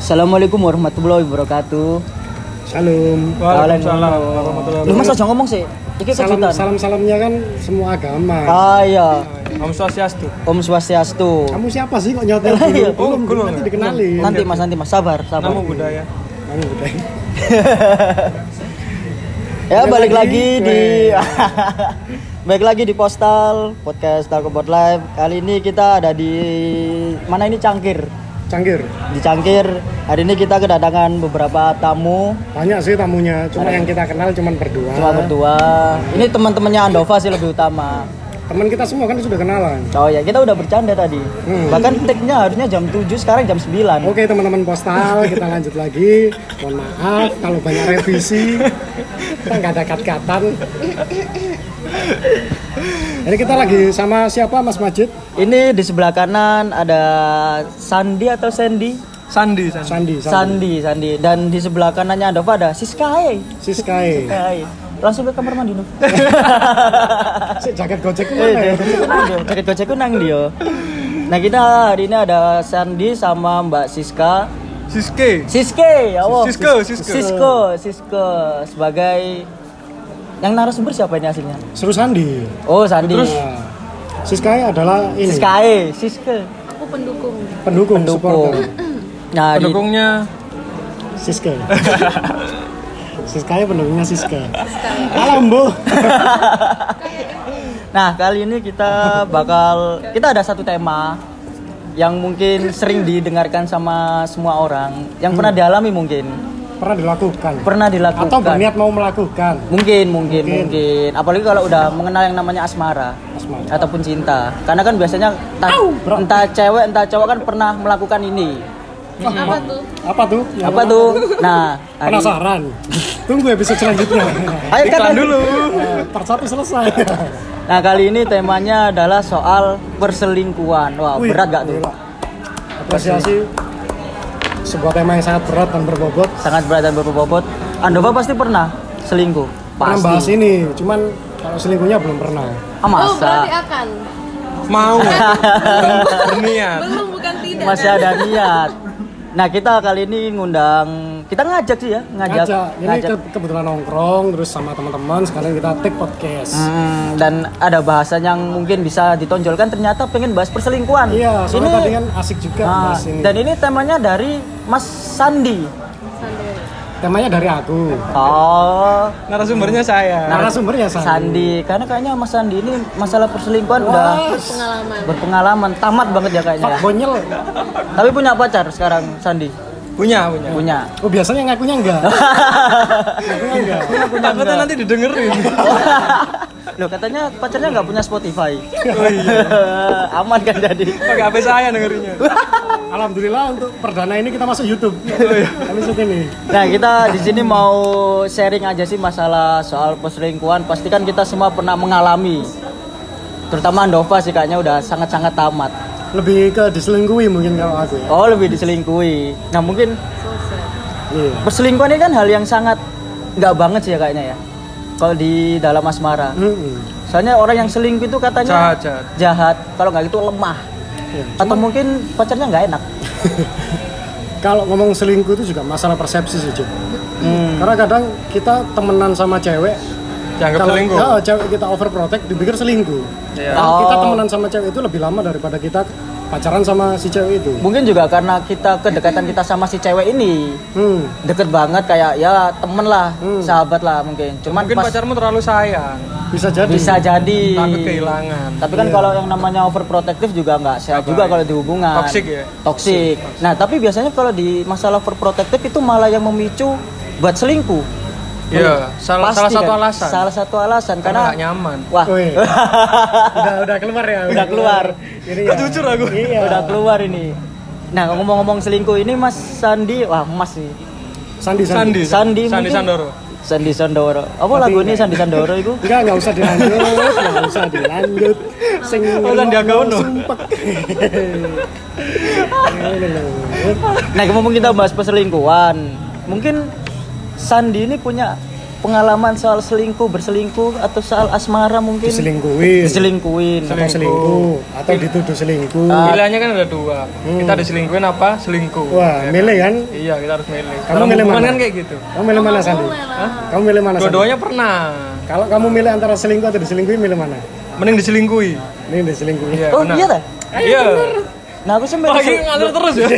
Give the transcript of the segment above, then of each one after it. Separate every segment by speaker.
Speaker 1: Assalamualaikum warahmatullahi wabarakatuh.
Speaker 2: Salam.
Speaker 1: Waalaikumsalam
Speaker 3: warahmatullahi
Speaker 1: Lu mas aja ngomong sih. Iki Iya,
Speaker 2: Salam
Speaker 1: kejutan.
Speaker 2: salam salamnya kan semua agama.
Speaker 1: Ah iya.
Speaker 3: wabarakatuh. Om Swastiastu.
Speaker 1: Om Swastiastu.
Speaker 2: Kamu siapa sih kok nyotel
Speaker 1: Lah, iya.
Speaker 2: dulu?
Speaker 3: Oh,
Speaker 2: Belum,
Speaker 3: belum,
Speaker 2: nanti
Speaker 3: ya?
Speaker 2: dikenalin.
Speaker 1: Nanti mas nanti mas sabar sabar.
Speaker 3: Namo budaya.
Speaker 2: Kamu udah.
Speaker 1: Ya balik
Speaker 2: Balik
Speaker 1: lagi
Speaker 2: lagi.
Speaker 1: di balik lagi di Postal Podcast Talkobot Live. Kali ini kita ada di mana ini Cangkir.
Speaker 2: Cangkir.
Speaker 1: Di Cangkir hari ini kita kedatangan beberapa tamu
Speaker 2: Banyak sih tamunya, cuma yang kita kenal cuman berdua.
Speaker 1: cuma berdua. Ini teman-temannya Andova sih lebih utama.
Speaker 2: Teman kita semua kan sudah kenalan.
Speaker 1: Oh ya, kita udah bercanda tadi.
Speaker 2: Hmm.
Speaker 1: Bahkan take-nya harusnya jam 7, sekarang jam 9.
Speaker 2: Oke teman-teman postal, kita lanjut lagi. Mohon maaf kalau banyak revisi, kita nggak ada kat-katan. Jadi kita lagi sama siapa Mas Majid?
Speaker 1: Ini di sebelah kanan ada Sandi atau Sandy?
Speaker 3: Sandi, Sandi.
Speaker 2: Sandi.
Speaker 1: Sandi, Sandi. Dan di sebelah kanannya Andova ada Siskae.
Speaker 2: Siskae.
Speaker 1: Siskae. Langsung ke kamar mandi, Nov.
Speaker 2: Si jaket gojek
Speaker 1: Eh,
Speaker 2: mana ya?
Speaker 1: jaket nang dia, jaket gojekku nang dia. Nah, kita hari ini ada Sandi sama Mbak Siska.
Speaker 3: Siske.
Speaker 1: Siske, ya Allah.
Speaker 3: Sisko,
Speaker 1: Sis-
Speaker 3: Sisko.
Speaker 1: Sisko, Sisko. sebagai yang narasumber siapa ini aslinya?
Speaker 2: Seru Sandi.
Speaker 1: Oh, Sandi.
Speaker 2: Nah, Siskae adalah ini
Speaker 1: Siskae, Siske.
Speaker 4: Aku pendukung.
Speaker 2: pendukung,
Speaker 1: Pendukung.
Speaker 2: supporter.
Speaker 1: Nah, di-
Speaker 3: Pendukungnya
Speaker 2: Siska. Siskae pendukungnya Siska. Alam bu.
Speaker 1: Nah, kali ini kita bakal kita ada satu tema yang mungkin sering didengarkan sama semua orang, yang pernah dialami mungkin,
Speaker 2: Pernah dilakukan.
Speaker 1: pernah dilakukan.
Speaker 2: Hmm. Atau berniat mau melakukan.
Speaker 1: Mungkin, mungkin,
Speaker 2: Mungkin.
Speaker 1: mungkin. Apalagi kalau udah mengenal yang namanya asmara
Speaker 2: Asmara.
Speaker 1: ataupun cinta. Karena kan biasanya entah,
Speaker 2: bro.
Speaker 1: entah cewek entah cowok kan pernah melakukan ini.
Speaker 4: Apa tuh?
Speaker 2: Apa tuh? Yang
Speaker 1: Apa tuh? Nah, hari-
Speaker 2: Penasaran? Tunggu episode selanjutnya.
Speaker 1: Ayo kata
Speaker 3: iklan dulu.
Speaker 2: Eh, Part satu selesai.
Speaker 1: Nah, kali ini temanya adalah soal perselingkuhan. Wah,
Speaker 2: Wih,
Speaker 1: Oh, berat gak tuh?
Speaker 2: gila. Apresiasi sebuah tema yang sangat berat dan berbobot.
Speaker 1: sangat berat dan berbobot. Andova pasti pernah selingkuh.
Speaker 2: Pernah bahas
Speaker 1: Pasti.
Speaker 2: ini, cuman kalau selingkuhnya belum pernah.
Speaker 1: Ah,
Speaker 4: Oh, berarti
Speaker 1: masa?
Speaker 4: akan.
Speaker 3: mau berniat.
Speaker 4: Belum bukan tidak.
Speaker 1: Masih
Speaker 4: kan?
Speaker 1: ada niat. Nah, kita kali ini ngundang kita ngajak sih ya, ngajak
Speaker 2: Ngajak, ini
Speaker 1: ngajak.
Speaker 2: ke- kebetulan nongkrong terus sama teman-teman sekalian kita take podcast.
Speaker 1: Hmm, dan ada bahasan yang mungkin bisa ditonjolkan ternyata pengen bahas perselingkuhan.
Speaker 2: Iya, soalnya
Speaker 1: Ini-
Speaker 2: tadi kan asik juga
Speaker 1: Nah,
Speaker 2: bahas ini.
Speaker 1: dan ini temanya dari Mas Sandi.
Speaker 4: Sandi.
Speaker 2: Temanya dari aku.
Speaker 1: Oh,
Speaker 3: Narasumbernya saya.
Speaker 2: Nah, sumbernya
Speaker 1: Sandi.
Speaker 2: Sandi.
Speaker 1: Karena kayaknya Mas Sandi ini masalah perselingkuhan udah
Speaker 4: Pengalaman.
Speaker 1: berpengalaman, tamat banget ya kayaknya.
Speaker 2: Pak Bonyel.
Speaker 1: Tapi punya pacar sekarang Sandi?
Speaker 3: Punya, punya.
Speaker 1: Punya.
Speaker 2: Oh, biasanya ngakunya enggak. ngakunya enggak.
Speaker 3: Takutnya nanti didengerin.
Speaker 1: Loh katanya pacarnya nggak punya Spotify.
Speaker 2: Oh iya.
Speaker 1: Aman kan jadi.
Speaker 3: Pakai HP saya dengerinnya.
Speaker 2: Alhamdulillah untuk perdana ini kita masuk YouTube.
Speaker 1: Oh, iya.
Speaker 2: Kami syuting nih.
Speaker 1: Nah, kita di sini mau sharing aja sih masalah soal perselingkuhan. Pastikan kita semua pernah mengalami. Terutama Andova sih kayaknya udah sangat-sangat tamat.
Speaker 2: Lebih ke diselingkuhi mungkin kalau aku ya.
Speaker 1: Oh, lebih diselingkuhi. Nah, mungkin
Speaker 4: Selesai.
Speaker 2: Iya.
Speaker 1: perselingkuhan ini kan hal yang sangat nggak banget sih ya kayaknya ya. Kalau di dalam asmara.
Speaker 2: Mm-mm.
Speaker 1: Soalnya orang yang selingkuh itu katanya
Speaker 3: Jahat, jahat.
Speaker 1: jahat. Kalau nggak gitu lemah.
Speaker 2: Iya.
Speaker 1: Atau mungkin pacarnya nggak enak.
Speaker 2: Kalau ngomong selingkuh itu juga masalah persepsi sih, Cuk.
Speaker 1: Hmm.
Speaker 2: Karena kadang kita temenan sama cewek,
Speaker 3: Dianggap
Speaker 2: kalau
Speaker 3: selingkuh.
Speaker 2: ya, cewek kita overprotect dipikir selingkuh.
Speaker 3: Iya.
Speaker 2: Kalau
Speaker 1: Oh.
Speaker 2: kita temenan sama cewek itu lebih lama daripada kita pacaran sama si cewek itu.
Speaker 1: Mungkin juga karena kita kedekatan kita sama si cewek ini
Speaker 2: Hmm.
Speaker 1: deket banget kayak ya temen lah,
Speaker 2: Hmm.
Speaker 1: sahabat lah mungkin. Cuman
Speaker 3: Mungkin
Speaker 1: pas Iya.
Speaker 3: pacarmu terlalu sayang,
Speaker 2: Bisa jadi.
Speaker 1: bisa jadi.
Speaker 3: takut kehilangan.
Speaker 1: Tapi kan
Speaker 2: Iya.
Speaker 1: kalau yang namanya overprotective juga nggak sehat
Speaker 3: Nggak
Speaker 1: juga
Speaker 3: baik.
Speaker 1: kalau di hubungan.
Speaker 3: Toxic ya?
Speaker 1: Toxic. Nah tapi biasanya kalau di masalah overprotective itu malah yang memicu buat selingkuh.
Speaker 3: Iya, salah,
Speaker 1: Pasti
Speaker 3: salah satu
Speaker 1: kan?
Speaker 3: alasan.
Speaker 1: Salah satu alasan karena,
Speaker 3: karena nggak nyaman.
Speaker 1: wah
Speaker 2: Wih. udah udah keluar ya.
Speaker 1: Udah keluar.
Speaker 2: Ini
Speaker 3: Kok jujur aku?
Speaker 2: Iya.
Speaker 1: udah keluar ini. Nah ngomong-ngomong selingkuh ini Mas Sandi, wah Mas sih.
Speaker 2: Sandi
Speaker 1: Sandi
Speaker 2: Sandi.
Speaker 3: Sandi. Sandi
Speaker 1: mungkin?
Speaker 3: Sandoro.
Speaker 1: Sandi Sandoro. Apa lagu ini Sandi Sandoro itu?
Speaker 2: Enggak, enggak usah dilanjut, enggak usah dilanjut. Sing
Speaker 3: Oh, Sandiaga Uno.
Speaker 2: sumpek. Ini loh.
Speaker 1: Nah, kemudian kita bahas perselingkuhan. Mungkin Sandi ini punya pengalaman soal selingkuh berselingkuh atau soal asmara mungkin
Speaker 2: diselingkuhin
Speaker 1: diselingkuhin
Speaker 2: atau selingkuh atau dituduh selingkuh
Speaker 1: Ah.
Speaker 3: Pilihannya kan ada dua.
Speaker 2: Hmm.
Speaker 3: Kita diselingkuhin apa? Selingkuh.
Speaker 2: wah
Speaker 3: Ya
Speaker 2: milih kan
Speaker 3: kan? Iya, kita harus milih.
Speaker 2: Kamu
Speaker 3: Dalam
Speaker 2: milih
Speaker 3: hubungan
Speaker 2: mana?
Speaker 3: kan kayak gitu.
Speaker 2: kamu milih mana Sandi
Speaker 4: Boleh lah.
Speaker 2: kamu milih mana Sandi
Speaker 3: Dua-duanya pernah.
Speaker 2: kalau kamu milih antara selingkuh atau diselingkuhi milih mana
Speaker 3: Mending diselingkuhi.
Speaker 2: ini diselingkuhi
Speaker 3: Iya,
Speaker 1: oh
Speaker 3: benar.
Speaker 1: iya ta
Speaker 3: Iya.
Speaker 1: nah aku sempat
Speaker 3: Lagi ngalir terus ya.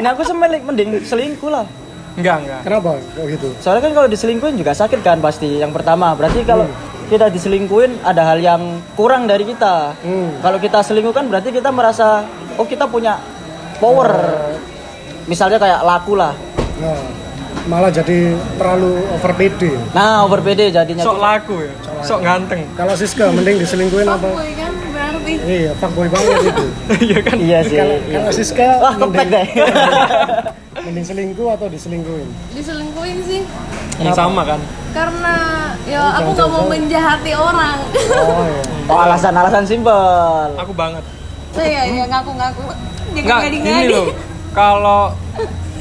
Speaker 1: nah aku sempat mending selingkuh lah
Speaker 3: Enggak, enggak.
Speaker 2: kenapa kok gitu
Speaker 1: soalnya kan kalau diselingkuhin juga sakit kan pasti yang pertama berarti kalau kita diselingkuhin ada hal yang kurang dari kita
Speaker 2: Hmm.
Speaker 1: kalau kita selingkuh kan berarti kita merasa oh kita punya power misalnya kayak laku lah
Speaker 2: Nah, malah jadi terlalu over PD.
Speaker 1: nah over PD jadinya
Speaker 3: Sok laku ya. Sok ganteng.
Speaker 2: Kalau Siska mending diselingkuhin apa?
Speaker 4: Fuckboy kan berarti.
Speaker 2: Iya, fuckboy banget itu.
Speaker 3: Iya kan?
Speaker 1: iya sih
Speaker 2: Kalau
Speaker 1: iya.
Speaker 2: kalau Siska
Speaker 1: wah kepek
Speaker 2: mending,
Speaker 1: deh
Speaker 2: mending selingkuh atau diselingkuhin?
Speaker 4: Diselingkuhin sih.
Speaker 3: Yang sama kan.
Speaker 4: Karena ya aku nggak mau menjahati orang.
Speaker 2: Oh iya.
Speaker 1: oh alasan-alasan simpel
Speaker 3: Aku banget.
Speaker 4: Saya ya ngaku-ngaku. Jadi
Speaker 3: Enggak, ini
Speaker 4: ngadi-ngadi.
Speaker 3: loh. Kalau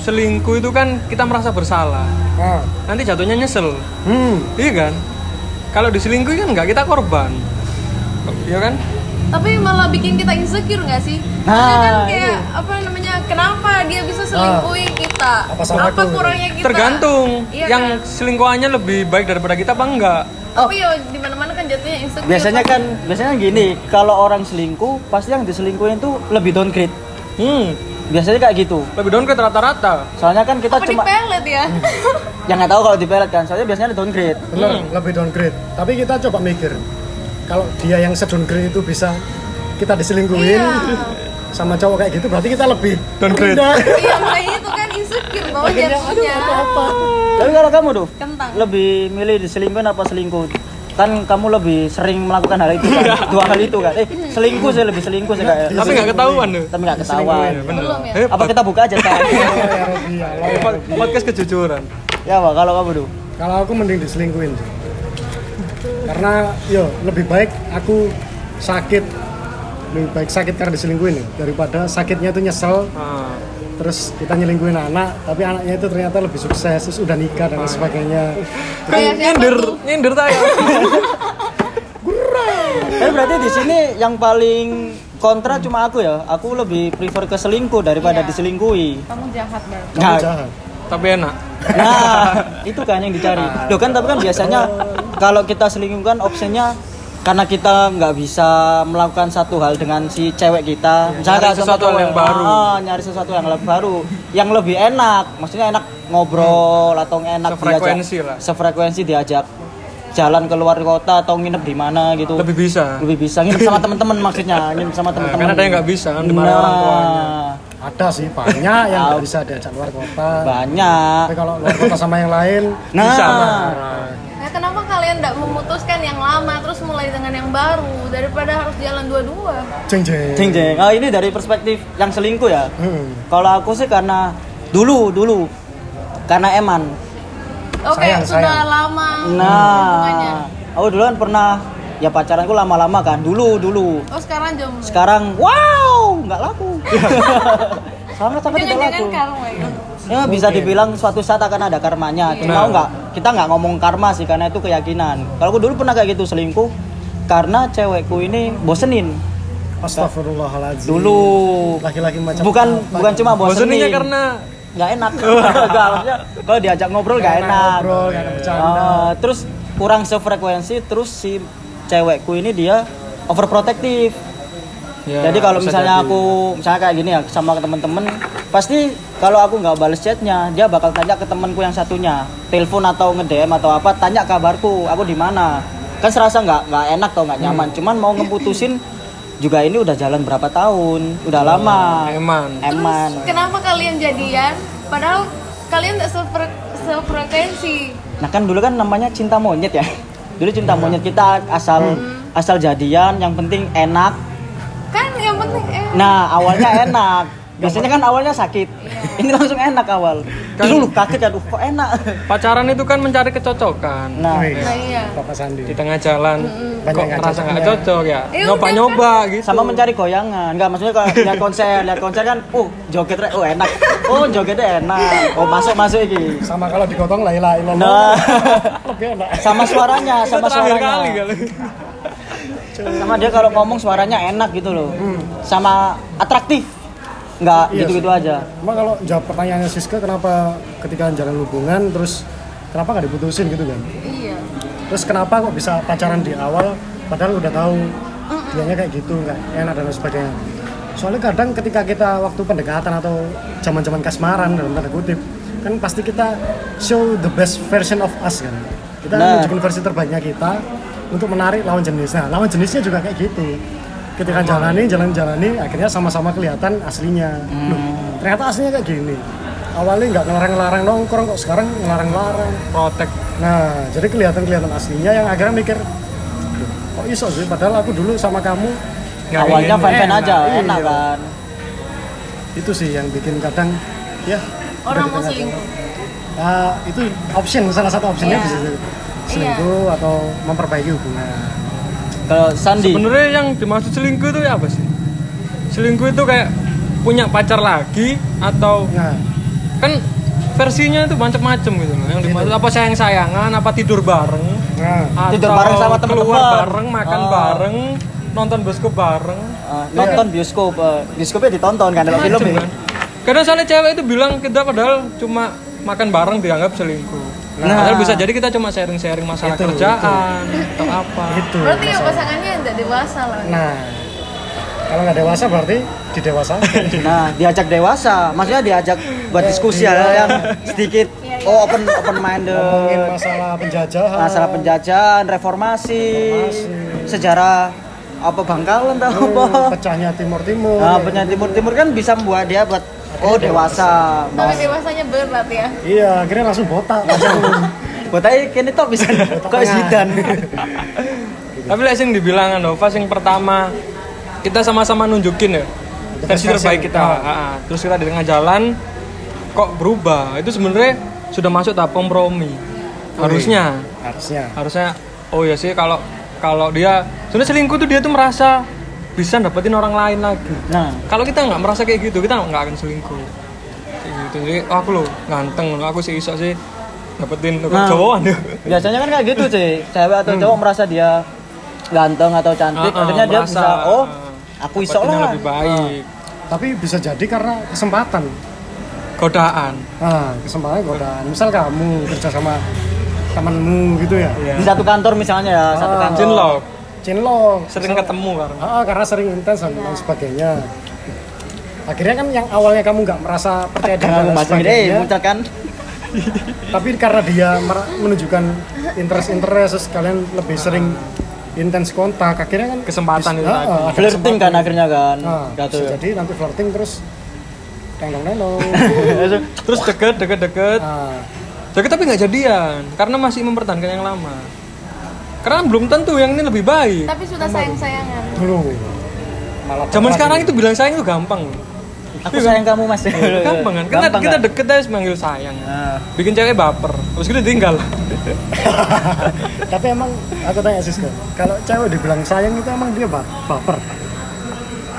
Speaker 3: selingkuh itu kan kita merasa bersalah.
Speaker 2: Nah,
Speaker 3: Nanti jatuhnya nyesel.
Speaker 2: hmm,
Speaker 3: Iya kan? Kalau diselingkuhi kan enggak kita korban. Iya kan?
Speaker 4: Tapi malah bikin kita insecure nggak sih? Karena kan
Speaker 1: Nah,
Speaker 4: kayak apa namanya? Kenapa dia bisa selingkuhin kita?
Speaker 2: Apa salah aku?
Speaker 4: kurangnya kita?
Speaker 3: Tergantung
Speaker 4: Iya
Speaker 3: yang
Speaker 4: kan?
Speaker 3: selingkuhannya lebih baik daripada kita apa enggak.
Speaker 1: Oh.
Speaker 4: Tapi ya di mana-mana kan jatuhnya insecure.
Speaker 1: biasanya kan biasanya gini kalau orang selingkuh pasti yang diselingkuhin itu lebih downgrade
Speaker 3: Hmm,
Speaker 1: biasanya kayak gitu
Speaker 3: lebih downgrade rata-rata.
Speaker 1: soalnya kan kita
Speaker 4: apa
Speaker 1: cuma
Speaker 4: di pelet ya?
Speaker 1: yang nggak tahu kalau di pelet kan soalnya biasanya downgrade
Speaker 2: benar, lebih downgrade. Tapi kita coba mikir. Kalau dia yang se-downgrade itu bisa kita diselingkuhin
Speaker 4: Iya.
Speaker 2: sama cowok kayak gitu, berarti kita lebih
Speaker 3: Downgrade.
Speaker 2: rendah.
Speaker 4: iya makanya itu kan insecure tau
Speaker 2: Akhirnya, aduh,
Speaker 4: jatuhnya.
Speaker 2: apa-apa.
Speaker 1: tapi kalau kamu tuh
Speaker 4: Kentang.
Speaker 1: lebih milih diselingkuhin apa selingkuh kan kamu lebih sering melakukan hal itu kan dua hal itu kan eh selingkuh sih lebih selingkuh sih kayak
Speaker 3: Tapi iya. enggak ketahuan loh.
Speaker 1: tapi nggak ketahuan
Speaker 3: Bener.
Speaker 4: Belum ya?
Speaker 3: Hebat.
Speaker 1: apa kita buka aja kan
Speaker 2: Oh, ya, Robi, ya, lo ya,
Speaker 3: Pod-
Speaker 2: Robi.
Speaker 3: podcast kejujuran.
Speaker 1: ya Pak, kalau kamu tuh
Speaker 2: Kalau aku mending diselingkuhin sih. Karena yo lebih baik aku sakit lebih baik sakit karena diselingkuhin ya, daripada sakitnya itu nyesel
Speaker 3: Ah,
Speaker 2: terus kita nyelingkuhin anak tapi anaknya itu ternyata lebih sukses terus udah nikah dan lain sebagainya
Speaker 4: Kayak siapa
Speaker 3: nyindir,
Speaker 4: tuh?
Speaker 3: nyindir tayo.
Speaker 1: tapi berarti di sini yang paling kontra cuma aku ya aku lebih prefer ke selingkuh daripada
Speaker 4: Iya.
Speaker 1: diselingkuhi
Speaker 4: Kamu jahat banget.
Speaker 2: kamu
Speaker 1: Nah,
Speaker 2: jahat
Speaker 3: Tapi enak.
Speaker 1: Nah, itu kan yang dicari.
Speaker 3: Ah.
Speaker 1: Loh kan tapi kan biasanya kalau kita selingkuh kan opsinya karena kita nggak bisa melakukan satu hal dengan si cewek kita,
Speaker 3: Iya, nyari
Speaker 1: kayak sama
Speaker 3: sesuatu hal
Speaker 1: cowok,
Speaker 3: yang baru.
Speaker 1: ah, nyari sesuatu yang lebih baru, yang lebih enak. Maksudnya enak ngobrol atau enak
Speaker 3: Hmm. Sefrekuensi lah.
Speaker 1: Sefrekuensi diajak jalan keluar kota atau nginep di mana gitu.
Speaker 3: Lebih bisa.
Speaker 1: Lebih bisa nginep sama teman-teman maksudnya, nginep sama teman-teman.
Speaker 3: karena ada yang nggak bisa kan,
Speaker 1: Nah,
Speaker 3: dimarahin orang tuanya.
Speaker 2: ada sih banyak yang nggak bisa diajak luar kota
Speaker 1: Banyak.
Speaker 2: tapi kalau luar kota sama yang lain
Speaker 1: Nah,
Speaker 3: Bisa, Mas.
Speaker 4: Nah, kenapa kalian tidak memutuskan yang lama terus mulai dengan yang baru daripada harus jalan dua-dua?
Speaker 2: jeng jeng
Speaker 1: Jeng jeng. Oh, ini dari perspektif yang selingkuh ya.
Speaker 2: Hmm.
Speaker 1: Kalau aku sih karena dulu dulu karena eman.
Speaker 4: Oke,
Speaker 2: Sayang,
Speaker 4: sudah
Speaker 2: sayang.
Speaker 4: lama. hubungannya.
Speaker 1: Nah, aku dulu kan pernah ya pacaranku lama-lama kan. Dulu dulu.
Speaker 4: Oh, sekarang jomblo.
Speaker 1: Sekarang wow nggak laku. Sangat sangat tidak
Speaker 4: Jangan-jangan
Speaker 1: laku.
Speaker 4: karma ya.
Speaker 1: Ya bisa dibilang suatu saat akan ada karmanya.
Speaker 3: Nah.
Speaker 1: Cuma nggak kita nggak ngomong karma sih karena itu keyakinan. Kalau aku dulu pernah kayak gitu selingkuh karena cewekku ini bosenin
Speaker 2: astagfirullahaladzim
Speaker 1: dulu.
Speaker 2: laki-laki macam
Speaker 1: Bukan
Speaker 2: apa? gitu.
Speaker 1: bukan cuma bosenin.
Speaker 3: Bosennya ya karena
Speaker 1: nggak enak Nggak, maksudnya kalau diajak ngobrol nggak enak
Speaker 2: ngobrol nggak ada bercanda
Speaker 1: Eh, terus kurang sefrekuensi terus si cewekku ini dia overprotective
Speaker 3: Ya,
Speaker 1: jadi kalau
Speaker 3: bisa
Speaker 1: misalnya
Speaker 3: jadi.
Speaker 1: aku misalnya kayak gini ya sama ke temen-temen pasti kalau aku nggak bales chatnya dia bakal tanya ke temanku yang satunya telepon atau nge-DM atau apa tanya kabarku aku di mana kan serasa nggak nggak enak atau nggak nyaman
Speaker 3: Hmm.
Speaker 1: cuman mau ngeputusin juga ini udah jalan berapa tahun udah lama
Speaker 3: Nah, eman.
Speaker 1: eman
Speaker 4: Terus kenapa kalian jadian padahal kalian tidak sefre- sefrekuensi?
Speaker 1: Nah kan dulu kan namanya cinta monyet ya. Dulu cinta
Speaker 3: Iya.
Speaker 1: monyet kita asal
Speaker 3: Hmm.
Speaker 1: asal jadian, yang penting enak.
Speaker 2: Hmm.
Speaker 4: Kan yang penting eh
Speaker 1: Nah awalnya enak, Biasanya kan awalnya sakit. Ini langsung enak awal.
Speaker 3: Iya. Kan-
Speaker 1: Dulu kaget aduh kok enak.
Speaker 3: Pacaran itu kan mencari kecocokan.
Speaker 1: Nah,
Speaker 2: Wih,
Speaker 4: Nah, iya.
Speaker 2: Bapak Sandi.
Speaker 3: Di tengah jalan
Speaker 2: Banyak
Speaker 3: kok
Speaker 2: nggak
Speaker 3: merasa nggak
Speaker 2: cocoknya.
Speaker 3: cocok ya.
Speaker 4: Ya udah,
Speaker 3: Nyoba-nyoba gitu.
Speaker 1: sama mencari goyangan. Enggak maksudnya kalau lihat konser, lihat konser kan uh joget rek, oh enak. Oh jogetnya enak. Oh masuk-masuk iki.
Speaker 2: Sama kalau digotong la ilaha illallah.
Speaker 1: Nah,
Speaker 2: Lebih enak.
Speaker 1: sama suaranya,
Speaker 3: Itu
Speaker 1: sama
Speaker 3: terakhir kali
Speaker 1: suaranya.
Speaker 3: kali.
Speaker 1: Sama dia kalau ngomong suaranya enak gitu loh.
Speaker 3: Hmm.
Speaker 1: Sama atraktif. Enggak
Speaker 2: Iya
Speaker 1: gitu-gitu aja.
Speaker 2: Emang kalau jawab pertanyaannya Siska kenapa ketika jalan hubungan terus kenapa nggak diputusin gitu kan?
Speaker 4: Iya.
Speaker 2: Terus kenapa kok bisa pacaran di awal padahal udah tahu dianya kayak gitu nggak enak dan lain sebagainya. Soalnya kadang ketika kita waktu pendekatan atau zaman-zaman kasmaran dalam tanda kutip kan pasti kita show the best version of us kan. Kita
Speaker 1: Nah.
Speaker 2: menunjukkan versi terbaiknya kita untuk menarik lawan jenis. Nah, lawan jenisnya juga kayak gitu. Ketika jalani, jalan-jalani, akhirnya sama-sama kelihatan aslinya. Loh, ternyata aslinya kayak gini. Awalnya nggak ngelarang-larang nongkrong kok sekarang ngelarang-larang.
Speaker 3: Protek.
Speaker 2: Nah, jadi kelihatan-kelihatan aslinya yang akhirnya mikir, "Duh, kok iso sih? Padahal aku dulu sama kamu
Speaker 3: Nggak
Speaker 1: Awalnya
Speaker 3: ingin
Speaker 1: fan-fan aja,
Speaker 2: Iya.
Speaker 1: enak kan.
Speaker 2: itu sih yang bikin kadang ya udah
Speaker 4: Orang
Speaker 2: kita
Speaker 4: mau
Speaker 2: nggak
Speaker 4: selingkuh.
Speaker 2: tahu." Ah, itu option salah satu optionnya
Speaker 4: Iya.
Speaker 2: bisa jadi selingkuh atau memperbaiki hubungan.
Speaker 1: Kalau Sandi,
Speaker 3: Sebenarnya yang dimaksud selingkuh itu ya apa sih? Selingkuh itu kayak punya pacar lagi atau
Speaker 2: Nah,
Speaker 3: kan versinya itu macam-macam gitu loh. Yang dimaksud apa sayang-sayangan, apa tidur bareng,
Speaker 2: nah,
Speaker 3: atau
Speaker 1: Tidur bareng sama teman-teman.
Speaker 3: keluar bareng, makan
Speaker 1: Ah.
Speaker 3: bareng, nonton bioskop bareng.
Speaker 1: eh, nonton bioskop, eh, bioskopnya ditonton kan
Speaker 2: Iya,
Speaker 1: dalam film
Speaker 3: Macem
Speaker 1: ya.
Speaker 3: kan. Kadang soalnya cewek itu bilang kita padahal cuma makan bareng dianggap selingkuh.
Speaker 1: Nah. Gitu,
Speaker 3: Padahal bisa jadi kita cuma sharing-sharing masalah
Speaker 2: Itu,
Speaker 3: kerjaan atau apa.
Speaker 2: itu.
Speaker 4: Berarti ya
Speaker 2: masalah.
Speaker 4: pasangannya tidak dewasa lah.
Speaker 2: Nah, kalau nggak dewasa berarti di dewasa.
Speaker 1: Nah, diajak dewasa, maksudnya diajak buat diskusi hal yang sedikit oh open open
Speaker 2: Ngomongin
Speaker 1: minded.
Speaker 2: masalah penjajahan.
Speaker 1: Masalah penjajahan, reformasi,
Speaker 2: Reformasi.
Speaker 1: sejarah apa Bangkalan tau
Speaker 2: Hmm,
Speaker 1: apa.
Speaker 2: pecahnya timur timur.
Speaker 1: Nah, penyanyi timur-timur kan bisa membuat dia buat oh dewasa.
Speaker 4: Tapi dewasanya berat ya.
Speaker 2: Iya, akhirnya langsung botak. Langsung.
Speaker 1: Buat aja kini tok bisa kok
Speaker 2: tengah.
Speaker 1: Zidan.
Speaker 3: Tapi lah sing dibilang kan Nova sing pertama kita sama-sama nunjukin ya
Speaker 2: best
Speaker 3: versi
Speaker 2: version.
Speaker 3: terbaik kita. Ah, ah. Terus kita di tengah jalan kok berubah. Itu sebenarnya sudah masuk tahap kompromi. Harusnya
Speaker 2: Harusnya.
Speaker 3: harusnya oh ya sih kalau kalau dia sebenarnya selingkuh tuh dia tuh merasa bisa dapetin orang lain lagi.
Speaker 1: Nah,
Speaker 3: Kalau kita nggak merasa kayak gitu, kita nggak akan selingkuh. Kayak gitu. Jadi oh, aku loh ganteng, loh. aku sih iso sih dapetin
Speaker 1: Nah.
Speaker 3: cowok
Speaker 1: biasanya kan kayak gitu sih cewek atau cowok merasa dia ganteng atau cantik
Speaker 3: Hmm. Ah, ah,
Speaker 1: akhirnya dia
Speaker 3: merasa,
Speaker 1: bisa oh
Speaker 3: ah,
Speaker 1: aku iso lah
Speaker 3: lebih baik.
Speaker 2: Tapi bisa jadi karena kesempatan.
Speaker 3: Godaan.
Speaker 2: Nah, kesempatan godaan. Misal kamu kerja sama temanmu gitu ya.
Speaker 1: di satu kantor misalnya ya satu
Speaker 2: Ah.
Speaker 1: kantor
Speaker 3: Cinlok,
Speaker 2: Cinlok.
Speaker 3: sering ketemu kan.
Speaker 2: Ah, ah, karena sering intens dan lain sebagainya. Akhirnya kan yang awalnya kamu nggak merasa percaya diri
Speaker 1: Jangan
Speaker 2: dan lain
Speaker 1: Kan bahas gede
Speaker 2: sebagainya,
Speaker 1: muncul kan
Speaker 2: tapi karena dia mer- menunjukkan interest-interest terus kalian lebih sering intens kontak, akhirnya kan
Speaker 3: Kesempatan
Speaker 2: Ah,
Speaker 3: itu tadi.
Speaker 2: ah, ada
Speaker 1: flirting kan
Speaker 2: kesempatan.
Speaker 1: akhirnya kan
Speaker 2: Ah,
Speaker 1: Gitu.
Speaker 3: ya.
Speaker 2: bisa jadi nanti flirting terus tengong-tengong.
Speaker 3: Terus deket, deket, deket.
Speaker 2: Ah,
Speaker 3: Deket tapi nggak jadian, karena masih mempertahankan yang lama. Karena kan belum tentu yang ini lebih baik.
Speaker 4: Tapi sudah sayang-sayangan.
Speaker 2: dulu. Malah
Speaker 3: Zaman
Speaker 2: telat.
Speaker 3: sekarang itu bilang sayang itu gampang.
Speaker 1: aku sayang kamu mas
Speaker 3: Gampang kan? Kita,
Speaker 1: Gampang
Speaker 3: kita
Speaker 1: kan?
Speaker 3: deket aja manggil sayang.
Speaker 1: Nah,
Speaker 3: Bikin cewek baper. Terus kita tinggal.
Speaker 2: Tapi emang aku tanya Siska, kalau cewek dibilang sayang itu emang dia ba- baper?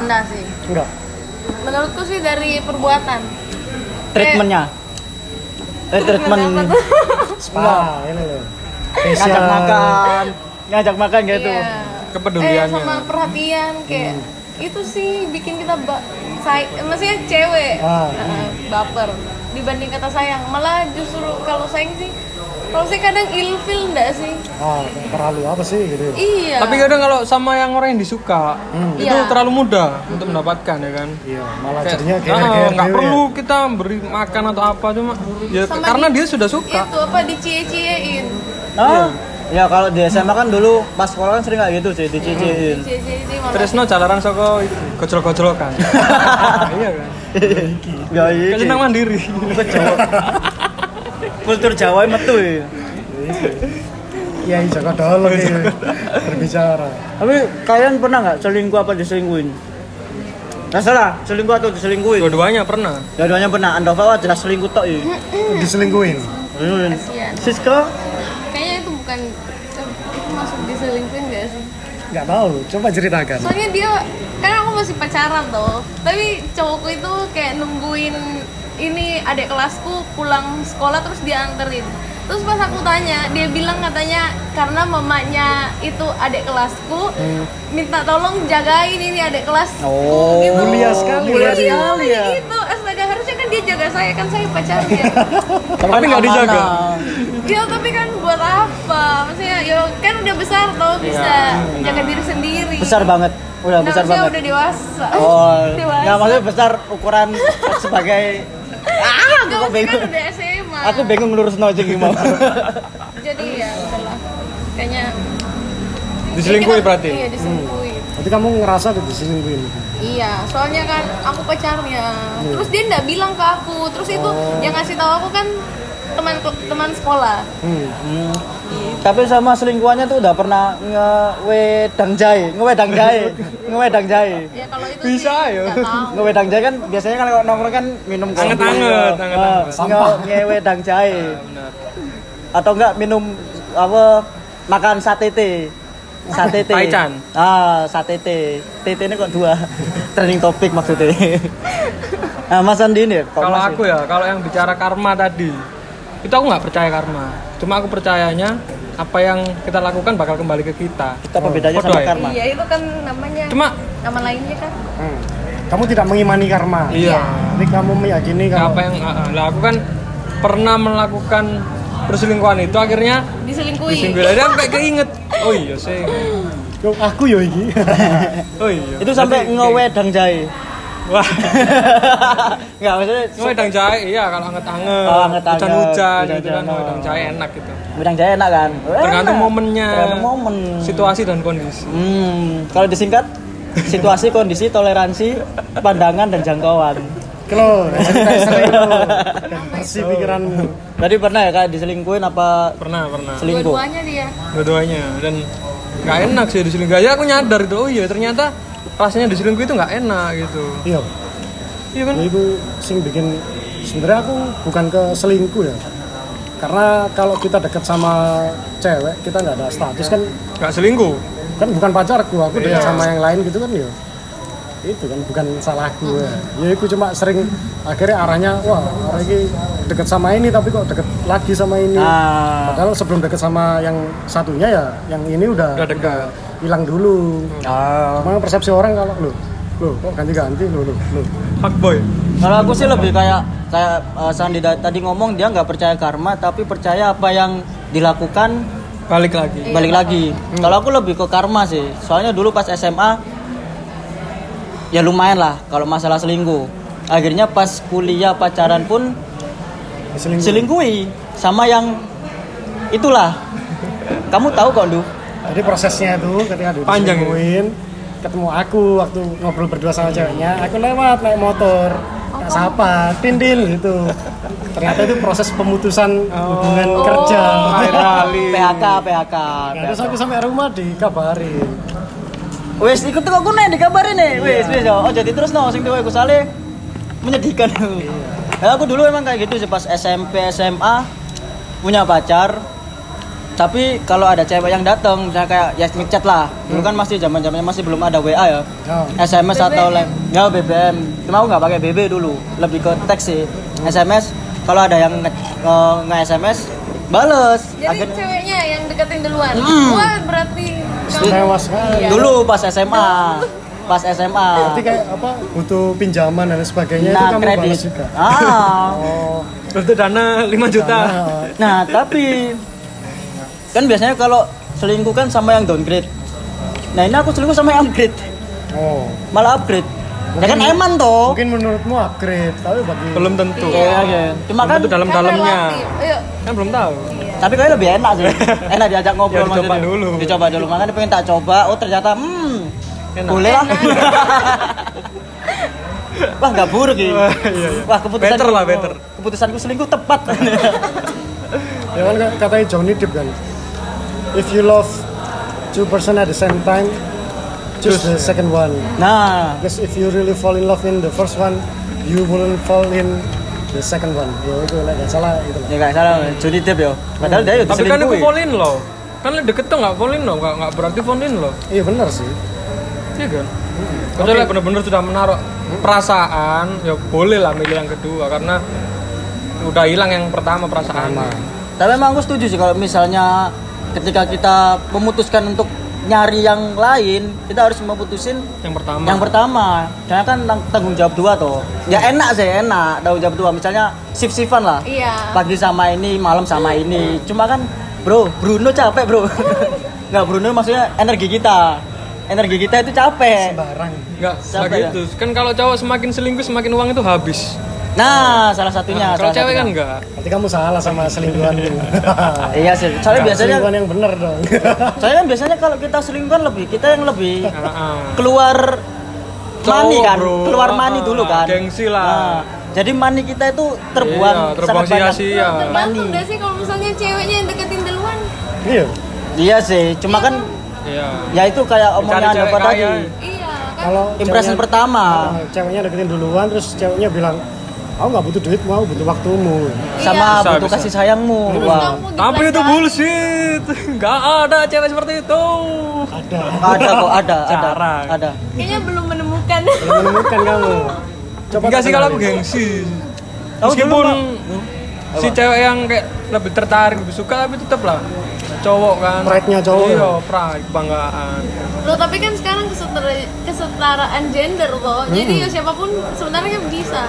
Speaker 4: Enggak Nah, sih.
Speaker 2: Enggak.
Speaker 4: Menurutku sih dari perbuatan.
Speaker 1: treatmentnya eh treatment
Speaker 4: Apa tuh?
Speaker 2: Spa, ini loh. Facial.
Speaker 1: ngajak makan
Speaker 3: Iya.
Speaker 1: ngajak makan gitu
Speaker 4: Iya. Eh
Speaker 3: Kepeduliannya.
Speaker 4: sama perhatian kayak itu sih bikin kita ba- say- maksudnya cewek
Speaker 2: Ah.
Speaker 4: eh, baper dibanding kata sayang. Malah justru kalau sayang sih kalau saya kadang ilfil enggak sih?
Speaker 2: Ah, terlalu apa sih gitu.
Speaker 4: Iya.
Speaker 3: Tapi kan kadang kalau sama yang orang yang disuka, itu
Speaker 4: Iya.
Speaker 3: terlalu mudah untuk mendapatkan ya kan.
Speaker 2: Iya, malah
Speaker 3: Kayak,
Speaker 2: jadinya gitu ya.
Speaker 3: "Ah,
Speaker 2: GR-GR
Speaker 3: nggak
Speaker 2: dewe
Speaker 3: perlu kita beri makan atau apa cuma ya
Speaker 4: Sama
Speaker 3: karena
Speaker 4: di-
Speaker 3: dia sudah suka.
Speaker 4: itu apa dicie-ciein.
Speaker 1: ah ya kalau di SMA kan dulu pas sekolah kan sering kayak gitu sih dicicin
Speaker 4: Dicie-ciein malah.
Speaker 3: Tresno jalaran soko itu gojol-gojolokan. iya kan.
Speaker 1: ya iya
Speaker 3: Hmm. Kayak senang mandiri.
Speaker 1: kultur Jawa metu ya.
Speaker 2: Iya, iya, Joko Dolo gitu. Berbicara.
Speaker 1: Tapi kalian pernah nggak selingkuh apa diselingkuhin? Terserah, selingkuh atau diselingkuhin.
Speaker 3: Dua-duanya pernah.
Speaker 1: Dua-duanya benar, Andova jelas selingkuh tok iki.
Speaker 2: diselingkuhin
Speaker 4: Kasihan.
Speaker 1: Siska,
Speaker 4: Kayaknya itu bukan itu masuk diselingkuhin gak sih?
Speaker 2: nggak tahu coba ceritakan
Speaker 4: Soalnya dia karena aku masih pacaran tuh. Tapi cowokku itu kayak nungguin ini adik kelasku pulang sekolah terus dia anterin. Terus pas aku tanya, dia bilang katanya karena mamanya itu adik kelasku
Speaker 2: Hmm.
Speaker 4: minta tolong jagain ini adik kelasku
Speaker 1: Oh,
Speaker 4: gitu.
Speaker 2: mulia sekali
Speaker 1: mulia
Speaker 2: berarti.
Speaker 1: sekali
Speaker 4: Iya,
Speaker 1: ya.
Speaker 4: gitu. Astaga, harusnya kan dia jaga saya kan saya pacarnya.
Speaker 1: Tapi
Speaker 3: nggak dijaga.
Speaker 4: ya tapi kan buat apa? Maksudnya ya kan udah besar tuh bisa
Speaker 2: Iya.
Speaker 4: jaga diri sendiri.
Speaker 1: Besar banget, udah
Speaker 4: Nah,
Speaker 1: besar
Speaker 4: maksudnya
Speaker 1: banget.
Speaker 4: udah dewasa.
Speaker 1: Oh,
Speaker 4: dewasa.
Speaker 1: nggak maksudnya besar ukuran sebagai ah,
Speaker 4: Enggak,
Speaker 1: aku
Speaker 4: maksudnya kan
Speaker 1: bingung.
Speaker 4: udah SMA.
Speaker 1: Aku bingung lurus aja gimana.
Speaker 4: Jadi ya udahlah. Kayaknya
Speaker 3: Diselingkuhi
Speaker 4: Kita-
Speaker 3: berarti.
Speaker 4: Iya, diselingkuhi.
Speaker 1: Hmm.
Speaker 2: berarti kamu ngerasa udah diselingkuhin
Speaker 4: Iya, soalnya kan aku pacarnya.
Speaker 1: Hmm.
Speaker 4: Terus dia enggak bilang ke aku. Terus itu
Speaker 1: Oh.
Speaker 4: yang ngasih tahu aku kan teman teman sekolah.
Speaker 2: hmm.
Speaker 1: Hmm. Tapi sama selingkuhannya tuh udah pernah ngewedang jahe, ngewedang jahe, ngewedang jahe.
Speaker 4: Ya kalau itu
Speaker 3: Bisa,
Speaker 4: sih
Speaker 3: ya.
Speaker 4: nggak tahu.
Speaker 1: Ngewedang jahe kan biasanya kan kalau nongkrong kan minum kopi.
Speaker 3: Anget-anget, Ah,
Speaker 1: ya. Eh,
Speaker 3: anget-anget.
Speaker 1: nge- Ngewedang jahe
Speaker 3: Benar.
Speaker 1: atau enggak minum apa makan sate te. Sate te.
Speaker 3: Taichan.
Speaker 1: Ah, sate te. Tete ini kok dua. Training topik maksudnya. nah, Mas Andi ini kok
Speaker 3: Kalau
Speaker 1: Mas-
Speaker 3: aku ya, kalau yang bicara karma tadi, itu aku nggak percaya karma. Cuma aku percayanya apa yang kita lakukan bakal kembali ke kita.
Speaker 1: kita apa bedanya
Speaker 3: Bodoh
Speaker 1: sama
Speaker 3: ya?
Speaker 1: karma?
Speaker 4: Iya, itu kan namanya.
Speaker 3: Cuma
Speaker 4: nama lainnya kan.
Speaker 2: Hmm. kamu tidak mengimani karma
Speaker 3: iya.
Speaker 2: tapi kamu meyakini kalau
Speaker 3: Apa yang ah, ah, lah aku kan pernah melakukan perselingkuhan itu akhirnya
Speaker 4: Diselingkuhi.
Speaker 3: disinggul aja sampai keinget. Oh iya sih.
Speaker 2: Yo, aku yo iki
Speaker 3: Oh iya.
Speaker 1: Itu sampai
Speaker 3: Berarti-
Speaker 1: ngewedang jahe.
Speaker 3: Wah.
Speaker 1: Enggak maksudnya
Speaker 3: Ngewedang jahe iya kalau anget-anget.
Speaker 1: Kalau anget-anget,
Speaker 3: Hujan-hujan gitu
Speaker 1: Oh, hujan-hujan.
Speaker 3: kan ngewedang jahe enak gitu.
Speaker 1: wedang jahe enak kan?
Speaker 3: Tergantung
Speaker 1: Enak.
Speaker 3: momennya.
Speaker 1: Tergantung momen.
Speaker 3: Situasi dan kondisi.
Speaker 1: Hmm, kalau disingkat situasi, kondisi, toleransi, pandangan dan jangkauan.
Speaker 2: kelo sering lo dan bersih pikiranmu
Speaker 1: Tadi pernah ya kayak diselingkuhin apa
Speaker 3: Pernah, pernah.
Speaker 1: selingkuh?
Speaker 4: Dua-duanya dia.
Speaker 3: dua-duanya dan nggak enak sih diselingkuh ya aku nyadar itu oh iya ternyata rasanya diselingkuh itu nggak enak gitu
Speaker 2: iya
Speaker 3: iya kan
Speaker 2: Ya, itu sing bikin sebenarnya aku bukan ke selingkuh ya karena kalau kita dekat sama cewek kita nggak ada status kan
Speaker 3: nggak selingkuh
Speaker 2: kan bukan pacarku aku dekat sama yang lain gitu kan ya itu kan bukan salahku ya ya aku cuma sering akhirnya arahnya wah arah ini deket sama ini tapi kok deket lagi sama ini
Speaker 1: Ah.
Speaker 2: padahal sebelum deket sama yang satunya ya yang ini udah
Speaker 3: udah dekat
Speaker 2: hilang dulu
Speaker 1: Ah.
Speaker 2: Emang persepsi orang kalau lo lo kok ganti-ganti lo lo lo
Speaker 3: fuckboy
Speaker 1: Kalau aku sih lebih kayak kayak eh, Sandi da- tadi ngomong dia nggak percaya karma tapi percaya apa yang dilakukan
Speaker 3: balik lagi
Speaker 1: balik lagi. Kalau aku lebih ke karma sih. Soalnya dulu pas SMA ya lumayan lah kalau masalah selingkuh. Akhirnya pas kuliah pacaran pun
Speaker 2: selingkuh
Speaker 1: selingkuhi sama yang itulah. Kamu tahu kok, Lu?
Speaker 2: Jadi prosesnya itu ketika dia
Speaker 3: Panjang ya?
Speaker 2: diselingkuhin, ketemu aku waktu ngobrol berdua sama ceweknya, aku lewat naik motor,
Speaker 1: Oh.
Speaker 2: tak sapa, tindil gitu. Ternyata itu proses pemutusan hubungan
Speaker 1: Oh.
Speaker 2: kerja.
Speaker 3: air kali
Speaker 1: PHK, PHK.
Speaker 2: Nah, terus aku sampai rumah dikabarin.
Speaker 1: Wes ikut tuh aku nih dikabarin nih. Wes wes oh jadi terus no sing tuwa iku sale menyedihkan. Ya, aku dulu emang kayak gitu sih pas SMP SMA punya pacar tapi kalau ada cewek yang datang misalnya kayak ya ngechat lah dulu kan masih zaman zamannya masih belum ada WA ya
Speaker 2: Oh.
Speaker 1: SMS atau Ya,
Speaker 4: BBM.
Speaker 1: lain nggak BBM cuma aku nggak pakai BB dulu lebih ke teks sih SMS kalau ada yang nge, nge- nge-SMS bales
Speaker 4: Jadi
Speaker 1: Akhirnya-
Speaker 4: ceweknya yang deketin duluan.
Speaker 1: Hmm.
Speaker 4: Wah, berarti kamu
Speaker 2: Tewas sekali.
Speaker 4: Iya.
Speaker 1: dulu pas SMA pas SMA
Speaker 2: Jadi kayak apa butuh pinjaman dan sebagainya itu
Speaker 1: nah
Speaker 2: kamu balas
Speaker 1: kredit
Speaker 2: juga.
Speaker 1: ah
Speaker 3: untuk dana 5 juta
Speaker 2: Nah,
Speaker 1: nah tapi kan biasanya kalau selingkuh kan sama yang downgrade nah ini aku selingkuh sama yang upgrade
Speaker 2: oh.
Speaker 1: malah upgrade ya kan eman toh
Speaker 2: Mungkin menurutmu upgrade, tapi bagi
Speaker 3: belum tentu
Speaker 1: Iya, iya. cuma kan
Speaker 3: Tentu dalam-dalamnya
Speaker 4: relatif. Ayo,
Speaker 3: kan belum tahu
Speaker 1: tapi kayaknya lebih enak sih enak diajak ngobrol
Speaker 3: Ya, dicoba
Speaker 1: maksudnya.
Speaker 3: dulu.
Speaker 1: dicoba dulu makanya pengen tak coba oh ternyata hmm
Speaker 3: Enak.
Speaker 1: boleh lah wah nggak buruk ya
Speaker 3: Wah, iya, iya.
Speaker 1: wah keputusan
Speaker 3: Better lah, better.
Speaker 1: keputusanku selingkuh tepat
Speaker 2: Ya kan katanya Johnny Depp kan. If you love two person at the same time, choose the second one
Speaker 1: Nah,
Speaker 2: because if you really fall in love in the first one you wouldn't fall in the second one ya itu lah nggak salah itu lah
Speaker 1: ya nggak salah, Johnny Depp ya. Padahal dia ya
Speaker 3: Tapi kan aku
Speaker 1: diselingkuhi.
Speaker 3: fall in loh. Kan lu deket tuh nggak fall in loh, nggak nggak berarti fall in loh.
Speaker 2: iya benar sih
Speaker 3: Iya kan? Kecuali bener-bener sudah menaruh perasaan, ya boleh lah milih yang kedua karena udah hilang yang pertama perasaan.
Speaker 1: Tapi emang aku setuju sih kalau misalnya ketika kita memutuskan untuk nyari yang lain, kita harus memutusin
Speaker 3: Yang pertama.
Speaker 1: yang pertama. Karena kan tang- tanggung jawab dua toh. Ya enak sih, enak tanggung jawab dua. Misalnya shift-shiftan lah.
Speaker 4: Iya.
Speaker 1: Pagi sama ini, malam sama ini. Cuma kan, bro, Bruno capek bro. Nggak Bruno maksudnya energi kita. Energi kita itu capek.
Speaker 2: barang
Speaker 3: Nggak, nggak
Speaker 1: Siapa ya?
Speaker 3: gitu. Kan kalau cowok semakin selingkuh semakin uang itu habis.
Speaker 1: Nah, salah satunya.
Speaker 3: Kalau
Speaker 1: salah
Speaker 3: cewek
Speaker 1: satunya.
Speaker 3: kan enggak.
Speaker 2: berarti kamu salah sama selingkuhan
Speaker 1: Iya sih. Soalnya biasanya,
Speaker 2: selingkuhan yang benar dong
Speaker 1: soalnya kan biasanya kalau kita selingkuhan lebih kita yang lebih
Speaker 3: Heeh.
Speaker 1: keluar
Speaker 3: Cowok,
Speaker 1: mani kan,
Speaker 3: bro.
Speaker 1: keluar mani dulu
Speaker 3: Ah,
Speaker 1: kan.
Speaker 3: gengsi lah.
Speaker 1: Nah, jadi mani kita itu terbuang,
Speaker 3: Iya, terbuang
Speaker 1: sangat banyak.
Speaker 3: sia-sia.
Speaker 4: Tergantung gak sih kalau misalnya ceweknya yang deketin duluan
Speaker 2: iya
Speaker 1: Iya sih, cuma kan
Speaker 3: Iya.
Speaker 1: ya itu kayak omongan
Speaker 3: cewek
Speaker 1: dapat
Speaker 3: kaya.
Speaker 1: tadi.
Speaker 4: Iya kan
Speaker 2: kalau
Speaker 1: Impression
Speaker 2: ceweknya-
Speaker 1: pertama.
Speaker 2: Ah, ceweknya deketin duluan terus ceweknya bilang aku nggak butuh duit mau butuh waktumu
Speaker 1: Sama
Speaker 3: Bisa,
Speaker 1: butuh
Speaker 3: bisa.
Speaker 1: kasih sayangmu. Wah.
Speaker 3: Tapi
Speaker 4: kamu
Speaker 3: itu
Speaker 4: dibelanjain.
Speaker 3: bullshit. Enggak ada cewek seperti itu.
Speaker 2: ada
Speaker 1: Ada kok, ada, ada,
Speaker 3: Jarang.
Speaker 1: ada.
Speaker 4: Kayaknya belum menemukan
Speaker 2: belum menemukan kamu coba
Speaker 3: Enggak sih kalau aku
Speaker 2: terkenalin.
Speaker 3: gengsi.
Speaker 1: Kamu
Speaker 3: Meskipun
Speaker 1: dulu,
Speaker 3: si cewek yang kayak lebih tertarik, lebih suka tapi tetap lah cowok kan.
Speaker 2: Pride-nya cowok.
Speaker 3: Iya, pride, kebanggaan.
Speaker 4: Loh tapi kan sekarang kesetara- kesetaraan gender loh Jadi ya siapapun sebenarnya bisa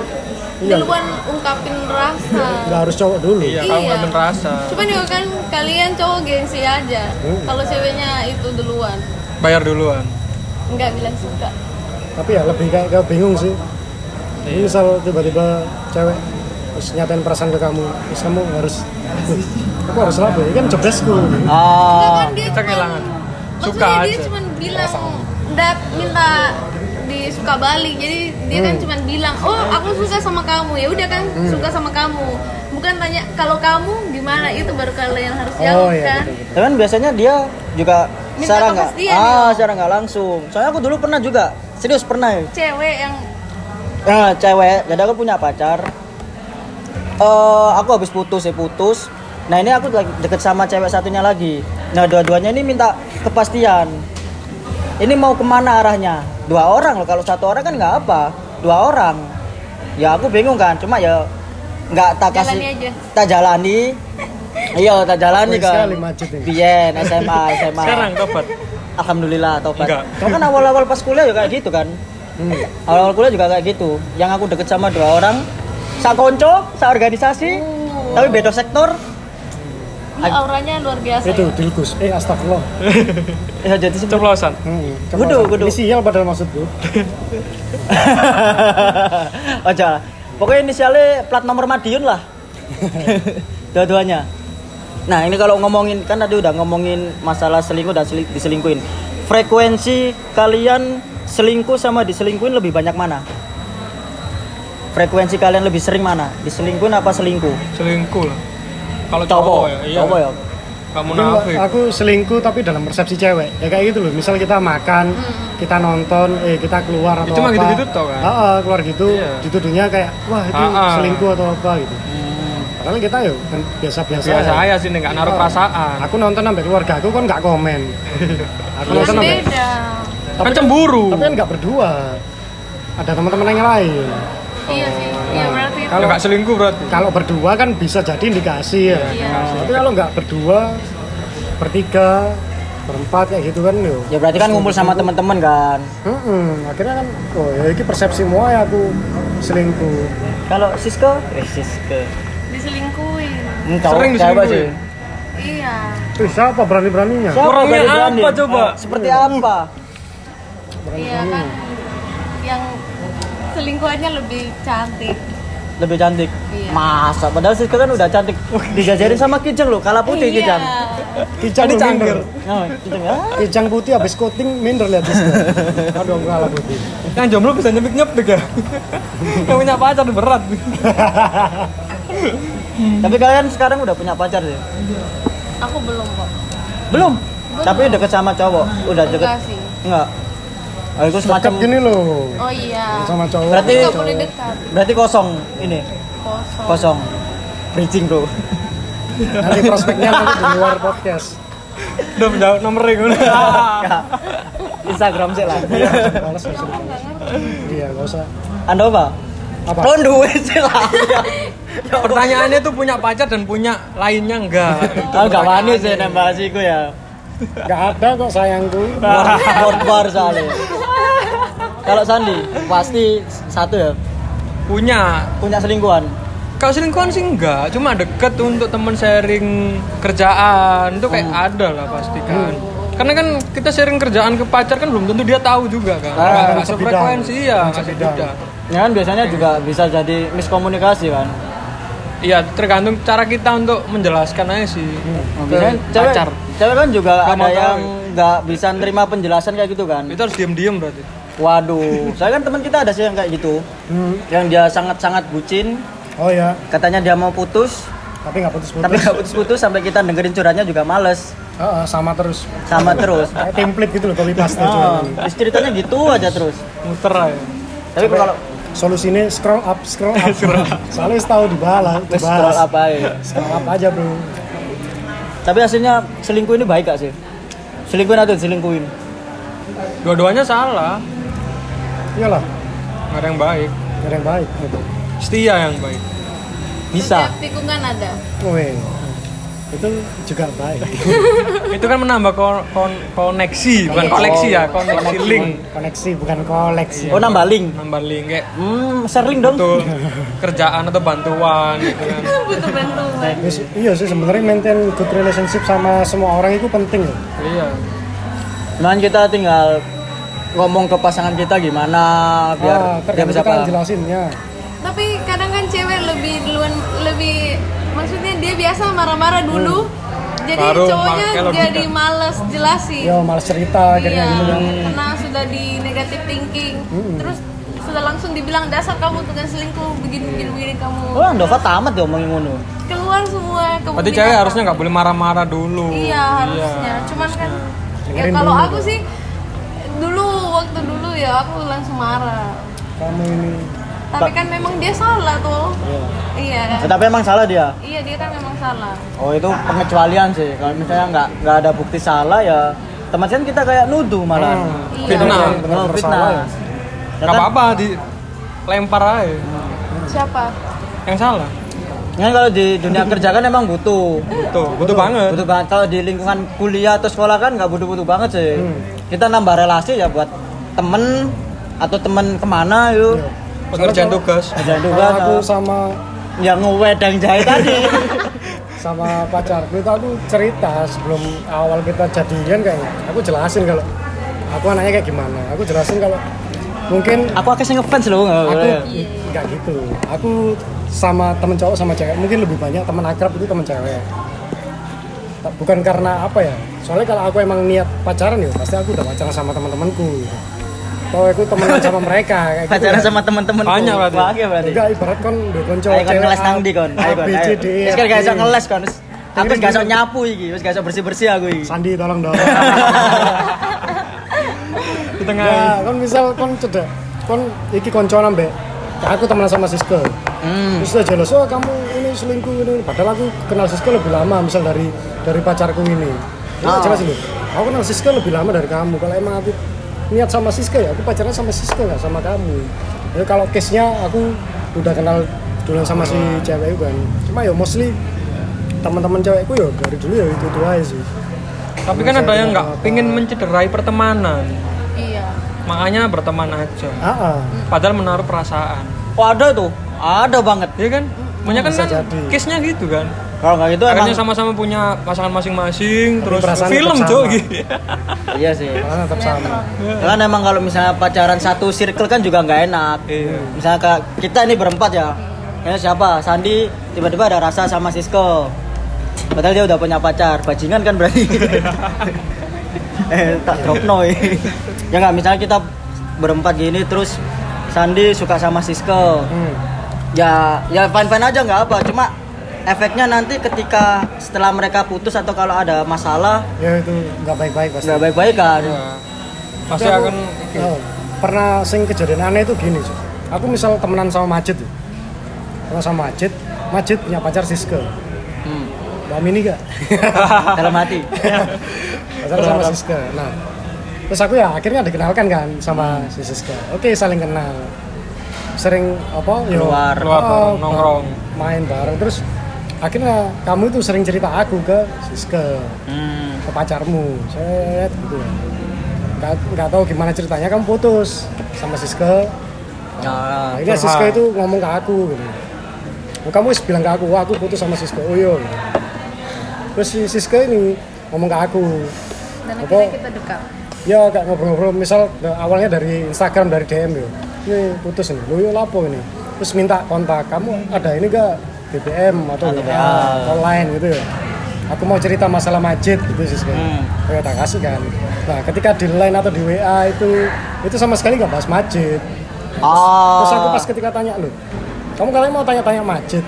Speaker 2: Iya.
Speaker 4: Duluan ungkapin
Speaker 2: nggak
Speaker 4: rasa
Speaker 2: harus cowok dulu
Speaker 3: Iya, kalau
Speaker 4: Iya.
Speaker 3: nggak merasa.
Speaker 4: Cuman juga kan kalian cowok gengsi aja Kalau ceweknya itu duluan
Speaker 3: Bayar duluan.
Speaker 4: Enggak bilang suka
Speaker 2: tapi ya lebih kayak kayak bingung sih ini misal tiba-tiba cewek terus nyatain perasaan ke kamu terus kamu harus "Duh, aku harus apa ini kan jobdeskku
Speaker 4: Enggak
Speaker 1: Ah,
Speaker 4: kan dia
Speaker 3: Kita
Speaker 4: cuman-
Speaker 3: kehilangan. Suka
Speaker 4: Maksudnya dia
Speaker 3: aja.
Speaker 4: cuman bilang Dat minta disuka balik Jadi dia kan cuman bilang Oh aku suka sama kamu ya udah kan suka sama kamu Bukan tanya kalau kamu gimana itu baru kalian harus jawab
Speaker 2: oh iya
Speaker 4: kan
Speaker 2: betul, betul.
Speaker 1: tapi kan biasanya dia juga
Speaker 4: Minta
Speaker 1: secara nggak,
Speaker 4: kepastian,
Speaker 1: ah,
Speaker 4: ya.
Speaker 1: secara nggak langsung. Soalnya aku dulu pernah juga, serius pernah ya.
Speaker 4: Cewek yang
Speaker 1: Nah, cewek, jadi aku punya pacar. Eh, aku habis putus ya putus. Nah ini aku lagi deket sama cewek satunya lagi. Nah dua-duanya ini minta kepastian. Ini mau kemana arahnya? Dua orang loh, kalau satu orang kan nggak apa. Dua orang. Ya aku bingung kan, cuma ya nggak tak kasih,
Speaker 4: Jalani aja.
Speaker 1: tak jalani. Iya, tak jalani
Speaker 2: Baik
Speaker 1: kan.
Speaker 2: sekali, macet ini.
Speaker 1: Bien, SMA, SMA.
Speaker 3: Sekarang tobat.
Speaker 1: Alhamdulillah tobat.
Speaker 3: Enggak.
Speaker 1: Kamu kan awal-awal pas kuliah juga kayak gitu kan? Awal-awal kuliah juga kayak gitu. Yang aku deket sama dua orang, sa konco, sa organisasi, tapi beda sektor.
Speaker 4: ini auranya luar biasa
Speaker 2: itu
Speaker 4: ya.
Speaker 2: dilkus eh astagfirullah
Speaker 1: Ya jadi sih.
Speaker 3: Ceplosan.
Speaker 2: hmm,
Speaker 1: Gudu, gudu.
Speaker 2: ini sial padahal maksudku
Speaker 1: Ojo lah. Pokoknya inisialnya plat nomor Madiun lah. Dua-duanya. Nah ini kalau ngomongin kan tadi udah ngomongin masalah selingkuh dan seli- diselingkuhin. Frekuensi kalian selingkuh sama diselingkuhin lebih banyak mana? Frekuensi kalian lebih sering mana? Diselingkuhin apa selingkuh?
Speaker 3: Selingkuh lah. Kalau cowok,
Speaker 1: Cowok,
Speaker 3: ya, iya.
Speaker 1: cowok ya.
Speaker 3: Kamu
Speaker 2: Tapi
Speaker 3: nafik.
Speaker 2: aku selingkuh tapi dalam persepsi cewek ya kayak gitu loh misal kita makan kita nonton eh kita keluar atau
Speaker 3: Itu mah
Speaker 2: apa
Speaker 3: gitu-gitu toh kan?
Speaker 2: Ah, ah, keluar gitu
Speaker 3: Iya.
Speaker 2: dituduhnya kayak wah itu
Speaker 3: Ah, ah.
Speaker 2: selingkuh atau apa gitu padahal kita ya kan biasa-biasa
Speaker 3: Hmm. Biasa
Speaker 2: aja.
Speaker 3: aja sih nggak naruh perasaan.
Speaker 2: aku nonton sampai keluarga aku kan nggak komen aku
Speaker 4: Kan
Speaker 2: nonton sampai
Speaker 4: beda
Speaker 3: Kan cemburu.
Speaker 2: tapi kan nggak berdua ada teman-teman yang lain
Speaker 4: iya sih iya berarti
Speaker 3: Kalau nggak selingkuh berarti.
Speaker 2: kalau berdua kan bisa jadi indikasi ya
Speaker 4: Iya.
Speaker 2: tapi kalau nggak berdua bertiga berempat kayak gitu kan yo
Speaker 1: Ya berarti kan ngumpul sama teman-teman kan.
Speaker 2: Mm-mm, akhirnya kan oh ya ini persepsi semua ya aku selingkuh
Speaker 1: Kalau Sisko? Eh, Sisko.
Speaker 4: diselingkuhin
Speaker 1: Hmm, cowok-
Speaker 3: Sering
Speaker 1: cewek
Speaker 3: diselingkuhin.
Speaker 1: sih.
Speaker 4: iya
Speaker 2: Tuh, siapa berani beraninya
Speaker 1: Siapa
Speaker 3: Orangnya
Speaker 1: berani-berani?
Speaker 3: apa coba?
Speaker 1: Seperti apa?
Speaker 4: iya kan yang selingkuhannya lebih cantik
Speaker 1: lebih cantik
Speaker 4: Iya.
Speaker 1: masa padahal Siska kan udah cantik dijajarin sama Kijang loh kalah putih
Speaker 4: iya
Speaker 1: Kijang
Speaker 2: kijang lu
Speaker 3: Jadi
Speaker 2: minder.
Speaker 3: cangkir.
Speaker 1: oh, Kijang ya
Speaker 2: kijang putih habis coating minder lihat Siska. aduh enggak lah putih
Speaker 3: Yang Kan jomblo bisa nyepik nyepik ya. Yang punya pacar berat.
Speaker 1: tapi kalian sekarang udah punya pacar sih
Speaker 4: aku belum kok
Speaker 1: belum tapi deket sama cowok udah deket
Speaker 4: enggak sih
Speaker 1: enggak Oh, itu
Speaker 2: Dekat
Speaker 1: semacam
Speaker 2: gini loh
Speaker 4: oh iya
Speaker 2: sama cowok.
Speaker 1: Berarti-
Speaker 4: nggak boleh dekat
Speaker 1: berarti kosong ini
Speaker 4: kosong
Speaker 1: kosong bridging bro
Speaker 2: nanti prospeknya nanti di luar podcast.
Speaker 3: udah menjawab nomornya gue
Speaker 1: Nggak. Instagram sih lah
Speaker 2: Males langsung. Iya, gak usah.
Speaker 1: anda apa
Speaker 2: Apa?
Speaker 1: Tahun duwe sih lah Ya
Speaker 3: pertanyaannya tuh punya pacar dan punya lainnya enggak
Speaker 1: Kalau Ah, nggak wani sih nembak sih gue ya
Speaker 2: Gak ada kok sayangku.
Speaker 1: War- war war soalnya kalau Sandi pasti satu ya
Speaker 3: punya
Speaker 1: punya selingkuhan
Speaker 3: kalau selingkuhan sih enggak cuma deket untuk temen sharing kerjaan itu kayak ada lah pasti kan karena kan kita sharing kerjaan ke pacar kan belum tentu dia tahu juga
Speaker 1: Ah,
Speaker 3: kan Nggak-
Speaker 2: kan
Speaker 3: nggak
Speaker 2: sebidang.
Speaker 3: sefrekuensi ya
Speaker 2: Kan
Speaker 3: nggak
Speaker 2: sebidang.
Speaker 3: sebidang.
Speaker 1: ya kan biasanya juga bisa jadi miskomunikasi kan
Speaker 3: iya tergantung cara kita untuk menjelaskan aja sih
Speaker 1: Nah,
Speaker 3: ke
Speaker 1: biasanya cewek,
Speaker 3: pacar
Speaker 1: cewek kan juga
Speaker 3: Nggak
Speaker 1: ada
Speaker 3: mau tahu.
Speaker 1: yang nggak bisa nerima penjelasan kayak gitu kan
Speaker 3: itu harus diem-diem berarti
Speaker 1: waduh saya kan teman kita ada sih yang kayak gitu
Speaker 2: Hmm.
Speaker 1: yang dia sangat sangat bucin
Speaker 2: Oh ya,
Speaker 1: katanya dia mau putus
Speaker 2: tapi nggak putus-putus.
Speaker 1: tapi nggak putus-putus sampai kita dengerin curhatnya juga males
Speaker 2: Ah, ah, sama terus.
Speaker 1: sama terus
Speaker 2: Kayak template gitu loh, copy paste.
Speaker 1: oh,
Speaker 2: cuman.
Speaker 1: terus ceritanya gitu aja terus
Speaker 3: muter aja
Speaker 1: tapi kalau
Speaker 2: Solusinya scroll up, scroll up. Soalnya setahu dibalas,
Speaker 1: Wes, scroll
Speaker 2: dibalas.
Speaker 1: apa ya
Speaker 2: Scroll up aja bro.
Speaker 1: tapi hasilnya selingkuh ini baik gak sih selingkuhin atau diselingkuhin
Speaker 3: dua-duanya salah
Speaker 2: Iyalah,
Speaker 3: nggak ada yang baik
Speaker 2: nggak ada yang baik. Gitu.
Speaker 3: setia yang baik
Speaker 1: bisa
Speaker 4: Setiap tikungan ada
Speaker 2: Weh, itu juga baik.
Speaker 3: itu kan menambah kon- kon- koneksi bukan koleksi ya koneksi link
Speaker 2: Koneksi bukan koleksi.
Speaker 1: oh nambah link
Speaker 3: nambah link kayak
Speaker 1: hmm sering dong
Speaker 3: butuh kerjaan atau bantuan gitu kan
Speaker 4: butuh bantuan
Speaker 2: Iya sih- Iya sih sebenarnya maintain good relationship sama semua orang itu penting ya.
Speaker 3: iya
Speaker 1: Cuman kita tinggal ngomong ke pasangan kita gimana biar
Speaker 2: ah,
Speaker 1: dia
Speaker 2: tergantung
Speaker 1: bisa
Speaker 2: kita
Speaker 1: paham.
Speaker 2: jelasin ya.
Speaker 4: tapi kadang kan cewek lebih duluan lebih maksudnya dia biasa marah-marah dulu jadi
Speaker 3: Baru
Speaker 4: cowoknya
Speaker 3: pakai logika.
Speaker 4: jadi males jelasin
Speaker 2: Yo malas cerita akhirnya
Speaker 4: iya
Speaker 2: gitu kan.
Speaker 4: karena sudah di negative thinking
Speaker 2: Mm-mm.
Speaker 4: terus sudah langsung dibilang dasar kamu tukang selingkuh begini begini begini kamu
Speaker 1: Wah, Ndova tamat ya omongin ngono.
Speaker 4: keluar semua kemungkinan
Speaker 3: berarti cewek harusnya nggak boleh marah-marah dulu
Speaker 4: iya harusnya cuman kan ya
Speaker 2: Dengerin
Speaker 4: kalau
Speaker 2: dulu.
Speaker 4: aku sih dulu waktu dulu ya aku langsung marah
Speaker 2: Kamu ini
Speaker 4: tapi kan memang dia salah tuh iya kan
Speaker 1: Ya, tapi emang salah dia.
Speaker 4: iya dia kan memang salah
Speaker 1: Oh, itu pengecualian sih. Kalau misalnya nggak nggak ada bukti salah ya teman kan kita kayak nuduh malah.
Speaker 4: Iya.
Speaker 3: Fitnah.
Speaker 2: Benar-benar
Speaker 1: Oh,
Speaker 2: salah Hmm. ya.
Speaker 1: fitnah. Ya
Speaker 3: nggak
Speaker 1: kan?
Speaker 3: apa-apa di lempar aja
Speaker 4: siapa
Speaker 3: yang salah
Speaker 1: Kan kalau di dunia kerja kan emang butuh.
Speaker 3: tuh butuh banget
Speaker 1: Butuh banget kalau di lingkungan kuliah atau sekolah kan nggak butuh-butuh banget sih.
Speaker 2: Hmm.
Speaker 1: Kita nambah relasi ya buat temen atau temen kemana yuk.
Speaker 2: Iya. Soalnya
Speaker 3: pengerjaan
Speaker 2: kalau-
Speaker 3: tugas
Speaker 1: Aja
Speaker 2: Kalau
Speaker 1: juga.
Speaker 2: aku sama
Speaker 1: yang ngewedang jahe tadi.
Speaker 2: sama pacarku itu aku cerita sebelum awal kita jadian kayaknya. Aku jelasin kalau aku anaknya kayak gimana. Aku jelasin kalau mungkin
Speaker 1: aku akhirnya ngefans loh
Speaker 2: aku nggak gitu aku sama temen cowok sama cewek mungkin lebih banyak teman akrab itu teman cewek Ta- bukan karena apa ya soalnya kalau aku emang niat pacaran ya pasti aku udah pacaran sama teman-temanku gitu. atau aku temenan sama mereka kayak gitu.
Speaker 1: pacaran sama teman-teman
Speaker 3: Banyak berarti.
Speaker 1: berarti
Speaker 2: enggak ibarat kon dua kon cowok
Speaker 1: ayo kon ngeles nang ndi kon ayo
Speaker 2: A,
Speaker 1: kon
Speaker 2: B, C,
Speaker 1: ayo
Speaker 2: D,
Speaker 1: wis
Speaker 2: E,
Speaker 1: kan gak
Speaker 2: F,
Speaker 1: iso
Speaker 2: G.
Speaker 1: ngeles kon wis aku wis gak iso
Speaker 2: Dengerin,
Speaker 1: nyapu iki wis gak iso bersih-bersih aku iki
Speaker 2: Sandi tolong dong
Speaker 3: di tengah
Speaker 2: ya kon misal kon cedek kon iki konco nambah aku temenan sama Sisko
Speaker 1: hmm
Speaker 2: terus dia jelas oh kamu ini selingkuh ini padahal aku kenal Siska lebih lama misal dari dari pacarku ini Terus
Speaker 1: Ah.
Speaker 2: jelas ini aku kenal Siska lebih lama dari kamu kalau emang aku niat sama Siska ya aku pacaran sama Siska nggak sama kamu ya kalau case nya aku udah kenal dulu sama si
Speaker 1: Hmm.
Speaker 2: cewek itu kan cuma ya mostly teman-teman cewekku ya dari dulu ya itu itu aja sih
Speaker 3: tapi kan ada yang nggak
Speaker 2: Apa?
Speaker 3: pingin mencederai pertemanan
Speaker 4: iya
Speaker 3: makanya berteman aja
Speaker 2: ah, ah.
Speaker 3: padahal menaruh perasaan
Speaker 1: oh ada tuh ada banget
Speaker 3: ya kan banyak kan
Speaker 2: Bisa
Speaker 3: kan
Speaker 2: jadi.
Speaker 3: case nya gitu kan
Speaker 1: kalau nggak gitu emang
Speaker 3: akhirnya sama-sama punya pasangan masing-masing
Speaker 2: Tapi
Speaker 3: terus
Speaker 2: perasaan
Speaker 3: film
Speaker 2: tetap
Speaker 3: cok
Speaker 2: sama.
Speaker 3: gitu
Speaker 1: iya sih
Speaker 2: karena tetap sama
Speaker 4: netron
Speaker 1: Ya kan emang kalau misalnya pacaran satu circle kan juga nggak enak
Speaker 3: iya
Speaker 1: misalnya kayak kita ini berempat ya kayaknya siapa Sandi tiba-tiba ada rasa sama Sisko padahal dia udah punya pacar bajingan kan berarti eh tak drop noy ya nggak misalnya kita berempat gini terus Sandi suka sama Sisko
Speaker 2: hmm.
Speaker 1: ya ya fine fine aja nggak apa cuma efeknya nanti ketika setelah mereka putus atau kalau ada masalah
Speaker 2: ya itu nggak baik-baik pasti
Speaker 1: nggak baik baik kan
Speaker 3: Iya. Pasti
Speaker 2: Tapi
Speaker 3: akan- oke.
Speaker 2: oh, pernah sing kejadian aneh itu gini Cuk. aku misal temenan sama Majid ya. temenan sama Majid Majid punya pacar Siska Mbak Mini gak?
Speaker 1: dalam hati
Speaker 3: Iya.
Speaker 2: pacar sama Siska nah terus aku ya akhirnya dikenalkan kan sama si Siska oke saling kenal sering apa ya,
Speaker 1: Keluar.
Speaker 3: Keluar bareng,
Speaker 2: oh,
Speaker 3: nongkrong.
Speaker 2: main bareng terus akhirnya kamu itu sering cerita aku ke Siska
Speaker 1: hmm.
Speaker 2: ke pacarmu set gitu ya nggak nggak tahu gimana ceritanya kamu putus sama Siska
Speaker 1: Ah,
Speaker 2: akhirnya Nah,
Speaker 3: curhat.
Speaker 2: Siska itu ngomong ke aku gitu "Oh, kamu wis bilang ke aku wah aku putus sama Siska oh iya terus si Siska ini ngomong ke aku
Speaker 4: dan
Speaker 2: Apa?
Speaker 4: akhirnya kita dekat
Speaker 2: ya kayak ngobrol-ngobrol misal eh, awalnya dari Instagram dari DM ya ini putus nih lu lapo ini terus minta kontak kamu ada ini gak BBM atau
Speaker 1: Atau
Speaker 2: WA,
Speaker 1: WA.
Speaker 2: online gitu ya aku mau cerita masalah masjid gitu sih sekarang
Speaker 1: Hmm.
Speaker 2: ya tak kasih kan nah ketika di line atau di WA itu itu sama sekali nggak bahas masjid
Speaker 1: Ah.
Speaker 2: terus aku pas ketika tanya lu kamu kalian mau tanya-tanya masjid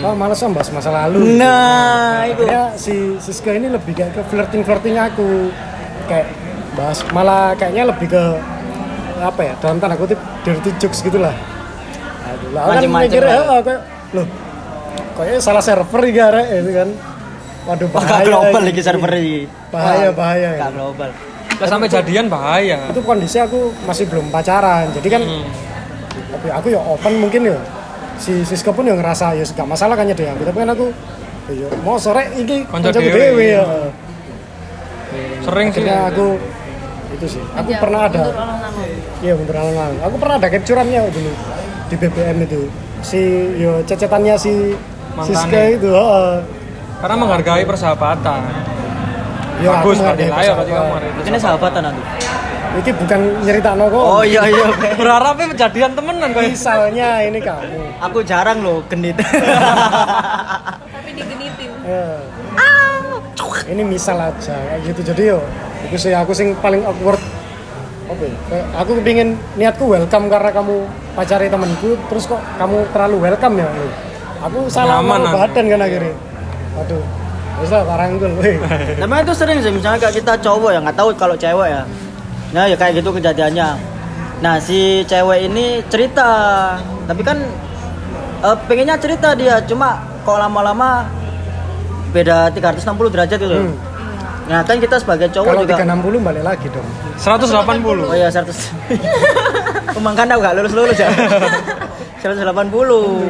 Speaker 2: oh males ah, bahas masa lalu
Speaker 1: Hmm. nah itu
Speaker 2: ya si Siska ini lebih kayak ke flirting flirting aku kayak bahas malah kayaknya lebih ke apa ya dalam tanda kutip dirty jokes gitulah Aduh, lah kan
Speaker 1: Macem-macem
Speaker 2: mikirnya
Speaker 1: lah.
Speaker 2: "Oh, kayak loh kayaknya salah server nih gara itu kan waduh
Speaker 1: Wah,
Speaker 2: bahaya
Speaker 1: gak global
Speaker 2: ini.
Speaker 1: lagi server ini
Speaker 2: bahaya bahaya
Speaker 1: gak
Speaker 2: ini.
Speaker 1: global
Speaker 3: Lah sampai jadian bahaya.
Speaker 2: itu kondisi aku masih belum pacaran jadi kan
Speaker 3: Hmm.
Speaker 2: tapi aku ya open mungkin ya si Siska pun yang ngerasa ya gak masalah kan ya dia tapi kan aku ya mau sore ini
Speaker 3: Konco
Speaker 2: koncoku
Speaker 3: dewe.
Speaker 2: dewe ya
Speaker 3: Sering sih.
Speaker 2: akhirnya aku itu sih aku
Speaker 4: Aja,
Speaker 2: pernah ada
Speaker 4: Iya, mundur alon-alon.
Speaker 2: iya mundur alon-alon aku pernah ada capturannya dulu di BBM itu si yo cecetannya si
Speaker 3: Mantannya.
Speaker 2: Siska itu heeh.
Speaker 3: Karena menghargai persahabatan.
Speaker 2: Yo, Ya, aku
Speaker 3: Bagus
Speaker 2: menghargai
Speaker 3: Fadil. Ayo berarti
Speaker 2: Iya, persahabatan.
Speaker 3: kamu menghargai
Speaker 1: ini
Speaker 3: persahabatan.
Speaker 1: sahabatan nanti
Speaker 2: ini bukan nyerita noko
Speaker 1: oh iya iya
Speaker 3: Berharapnya jadian temenan kok.
Speaker 2: misalnya ini kamu
Speaker 1: aku jarang loh genit
Speaker 4: tapi digenitin
Speaker 2: Ya. ini misal aja kayak gitu jadi yo itu sih aku sing paling awkward apa ya, kayak aku pingin niatku welcome karena kamu pacari temanku terus kok kamu terlalu welcome ya lu. aku salah
Speaker 3: Nyaman
Speaker 2: mau
Speaker 3: aku.
Speaker 2: badan kan akhirnya aduh terus lah paranggul weh
Speaker 1: Namanya itu sering sih, misalnya kayak kita cowok ya, nggak tahu kalau cewek ya. Nah ya kayak gitu kejadiannya. Nah si cewek ini cerita, tapi kan eh, pengennya cerita dia, cuma kok lama-lama beda 360 derajat gitu. loh.
Speaker 2: Hmm.
Speaker 1: Nah kan kita sebagai cowok
Speaker 2: kalau
Speaker 1: juga.
Speaker 2: 360 balik lagi dong
Speaker 3: 180.
Speaker 1: Oh iya 100. Emang kan aku nggak lulus lulus ya. 180.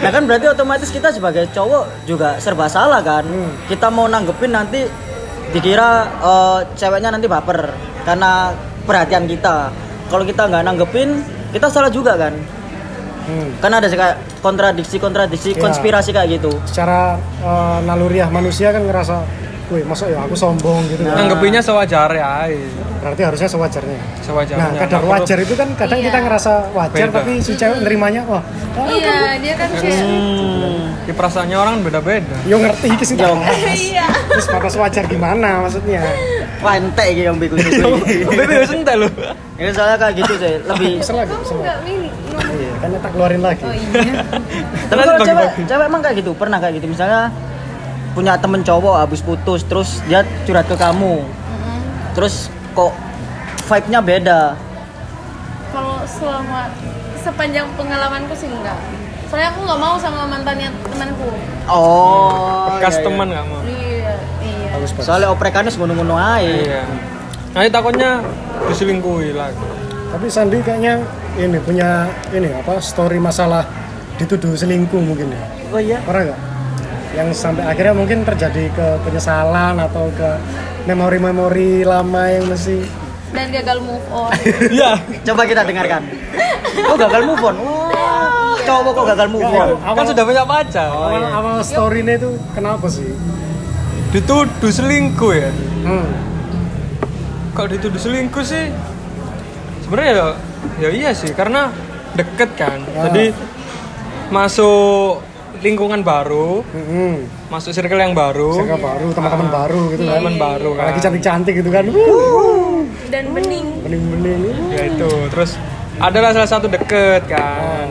Speaker 1: Nah kan berarti otomatis kita sebagai cowok juga serba salah kan.
Speaker 2: Hmm.
Speaker 1: Kita mau nanggepin nanti dikira eh, ceweknya nanti baper karena perhatian kita. Kalau kita nggak nanggepin, kita salah juga kan.
Speaker 2: hmm.
Speaker 1: Kan ada sih kayak kontradiksi-kontradiksi,
Speaker 2: Iya.
Speaker 1: konspirasi kayak gitu.
Speaker 2: secara eh, naluriah manusia kan ngerasa weh masuk ya aku sombong gitu kan.
Speaker 3: Nanggepinya sewajarnya aja.
Speaker 2: berarti harusnya sewajarnya
Speaker 3: Sewajarnya.
Speaker 2: Nah, kadar
Speaker 3: Nggak perlu-
Speaker 2: wajar itu kan kadang
Speaker 4: Iya.
Speaker 2: kita ngerasa wajar
Speaker 3: Beda.
Speaker 2: tapi si cewek nerimanya wah. ah,
Speaker 4: iya dia kan kayak
Speaker 1: Hmm.
Speaker 3: Ya, perasaannya orang beda-beda.
Speaker 2: Yo ngerti iki sih.
Speaker 1: Yo.
Speaker 4: iya
Speaker 2: Terus batas wajar gimana maksudnya?
Speaker 1: Wah, entek iki yang
Speaker 2: Iya.
Speaker 1: beku-beku.
Speaker 3: Bebe wis entek lho.
Speaker 1: Ini soalnya kayak gitu sih, lebih
Speaker 2: Kesel lagi,
Speaker 4: kamu
Speaker 2: kesel.
Speaker 4: nggak milih
Speaker 2: Iya, kan tak keluarin lagi.
Speaker 4: oh iya
Speaker 1: Tapi
Speaker 3: Terus
Speaker 1: kalau cewek,
Speaker 3: bagi-bagi.
Speaker 1: cewek emang kayak gitu, pernah kayak gitu misalnya punya temen cowok habis putus terus dia curhat ke kamu. Terus kok vibe-nya beda.
Speaker 4: kalau selama sepanjang pengalamanku sih enggak soalnya aku nggak mau sama mantannya temanku
Speaker 1: Oh, iya,
Speaker 3: Bekas
Speaker 1: iya.
Speaker 3: teman kamu.
Speaker 4: iya iya
Speaker 2: Bagus bagus.
Speaker 1: Soalnya oprekannya ngono-ngono ae.
Speaker 3: Iya. Nanti takutnya diselingkuhi lagi.
Speaker 2: Tapi Sandi kayaknya ini punya ini apa story masalah dituduh selingkuh mungkin ya.
Speaker 1: Oh iya.
Speaker 2: Pernah nggak? Yang sampai akhirnya mungkin terjadi ke penyesalan atau ke memori-memori lama yang masih
Speaker 4: dan gagal move on
Speaker 3: Iya.
Speaker 1: Coba kita dengarkan. Oh, gagal move on. Wah, cowok kok gagal move on.
Speaker 2: Iya.
Speaker 3: Kan sudah iya. punya pacar.
Speaker 2: awal, awal story-nya itu kenapa sih?
Speaker 3: Dituduh selingkuh ya.
Speaker 2: Hmm.
Speaker 3: Kok dituduh selingkuh sih? Sebenarnya ya, ya iya sih karena deket kan.
Speaker 2: Ya.
Speaker 3: Jadi masuk lingkungan baru,
Speaker 2: Hmm.
Speaker 3: masuk circle yang baru,
Speaker 2: Circle baru, teman-teman baru gitu kan.
Speaker 3: teman baru kan.
Speaker 2: Apalagi cantik-cantik gitu kan. Wuh.
Speaker 4: dan
Speaker 3: Hmm.
Speaker 4: bening
Speaker 2: Bening-bening.
Speaker 3: ya itu terus adalah salah satu deket kan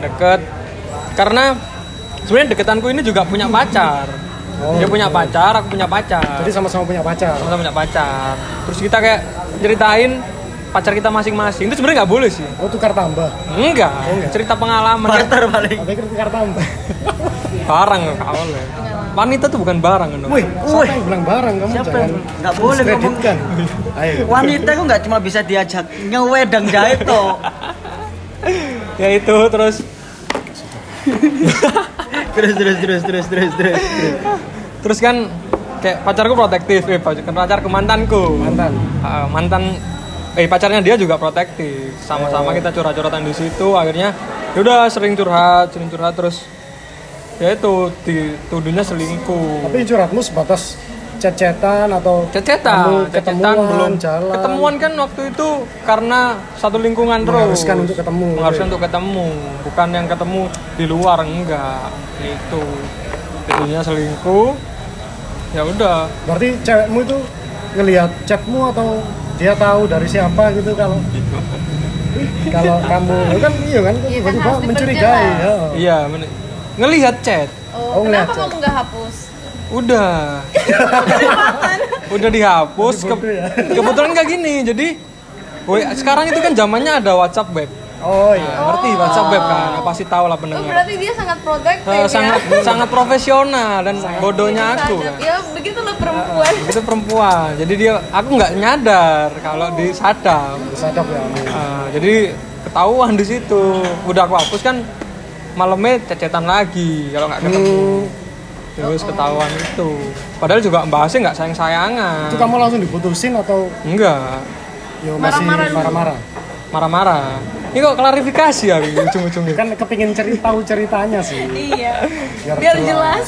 Speaker 2: Ah.
Speaker 3: deket karena sebenarnya deketanku ini juga punya pacar
Speaker 2: Oh,
Speaker 3: dia punya pacar aku punya pacar
Speaker 2: Jadi sama-sama punya pacar.
Speaker 3: sama punya pacar terus kita kayak ceritain pacar kita masing-masing itu sebenarnya nggak boleh sih
Speaker 2: oh tukar tambah
Speaker 3: enggak
Speaker 2: Oh, enggak.
Speaker 3: cerita pengalaman
Speaker 1: barter paling
Speaker 2: tapi kira tukar tambah
Speaker 3: barang nggak boleh wanita tuh bukan barang kan
Speaker 2: wih siapa
Speaker 1: wih.
Speaker 2: yang bilang barang kamu
Speaker 1: Siapa
Speaker 2: jangan
Speaker 1: yang- nggak boleh ngomong.
Speaker 2: diskreditkan. ayo
Speaker 1: wanita kok nggak cuma bisa diajak ngewedang jahit toh
Speaker 3: ya itu terus
Speaker 1: terus terus terus terus terus terus
Speaker 3: terus kan kayak pacarku protektif eh pacar pacarku mantanku
Speaker 2: Mantan.
Speaker 3: Ah, mantan eh pacarnya dia juga protektif sama-sama kita curhat-curhatan di situ akhirnya yaudah sering curhat sering curhat terus ya itu dituduhnya selingkuh
Speaker 2: tapi curhatmu sebatas cecetan atau
Speaker 3: cecetan
Speaker 2: kamu
Speaker 3: cecetan
Speaker 2: ketemuan
Speaker 3: belum
Speaker 2: jalan
Speaker 3: ketemuan kan waktu itu karena satu lingkungan terus
Speaker 2: Mengharuskan untuk ketemu. ya.
Speaker 3: mengharuskan untuk ketemu bukan yang ketemu di luar enggak itu jadinya selingkuh ya udah
Speaker 2: berarti cewekmu itu ngelihat chatmu atau dia tahu dari siapa gitu kalau kalau kamu ya kan iya kan
Speaker 4: Iya kan,
Speaker 2: tiba-tiba
Speaker 4: harus
Speaker 2: mencurigai ya.
Speaker 4: diperjelas.
Speaker 3: iya men- ngelihat chat
Speaker 2: Oh,
Speaker 4: Oh,
Speaker 2: ngeliat,
Speaker 4: kenapa kamu nggak hapus? Oh,
Speaker 3: udah udah dihapus ke-
Speaker 2: Bodoh ya.
Speaker 3: kebetulan kayak gini jadi woi sekarang itu kan zamannya ada WhatsApp web
Speaker 2: oh iya
Speaker 3: Nah, ngerti WhatsApp web kan pasti tahu lah
Speaker 4: Oh,
Speaker 3: pendengar
Speaker 4: berarti dia sangat protektif
Speaker 3: Eh,
Speaker 4: ya.
Speaker 3: sangat sangat profesional dan bodohnya aku kan.
Speaker 4: Sadar. Ya begitulah perempuan.
Speaker 3: itu perempuan jadi dia aku nggak nyadar kalau disadap
Speaker 2: sadap ya kamu.
Speaker 3: Ah, jadi ketahuan di situ udah aku hapus kan malamnya cecetan lagi kalau nggak ketemu terus ketahuan itu padahal juga bahasnya nggak sayang sayangan
Speaker 2: itu kamu langsung diputusin atau
Speaker 3: enggak
Speaker 2: ya masih
Speaker 4: Marah-marah dulu.
Speaker 2: marah-marah
Speaker 3: marah-marah ini kok klarifikasi ya Wi, ujung-ujungnya
Speaker 2: kan kepingin ceri tahu ceritanya sih Ah,
Speaker 4: iya. Biar jelas.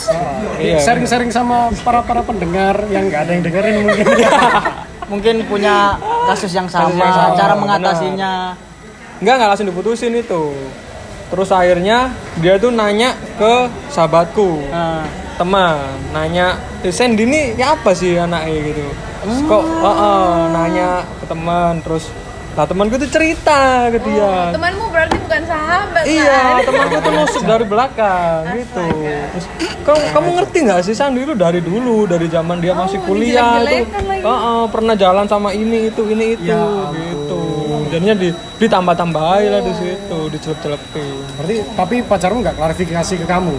Speaker 3: Iya.
Speaker 2: sharing-sharing sama para para pendengar yang nggak ada yang dengerin mungkin
Speaker 1: mungkin punya kasus yang sama,
Speaker 3: Kasus yang sama,
Speaker 1: cara
Speaker 3: benar.
Speaker 1: mengatasinya
Speaker 3: Enggak, enggak langsung diputusin itu. Terus akhirnya dia tuh nanya ke sahabatku,
Speaker 1: Nah,
Speaker 3: teman, nanya, "Eh, Sandy ini ya apa sih anaknya gitu? Terus kok
Speaker 4: Ah.
Speaker 3: heeh, nanya ke teman, terus lah temanku tuh cerita ke
Speaker 4: Oh,
Speaker 3: dia.
Speaker 4: temanmu berarti bukan sahabat
Speaker 3: iya,
Speaker 4: kan?
Speaker 3: temanku tuh nusuk dari belakang gitu. Terus kamu, kamu ngerti nggak sih Sandi itu dari dulu, dari zaman dia masih kuliah tuh,
Speaker 4: dijelek-jelekan Oh, lagi.
Speaker 3: heeh, pernah jalan sama ini itu ini itu gitu. Jadinya di, ditambah-tambahin lah
Speaker 4: Oh.
Speaker 3: di situ, dicelep-celepin.
Speaker 2: berarti tapi pacarmu nggak klarifikasi ke kamu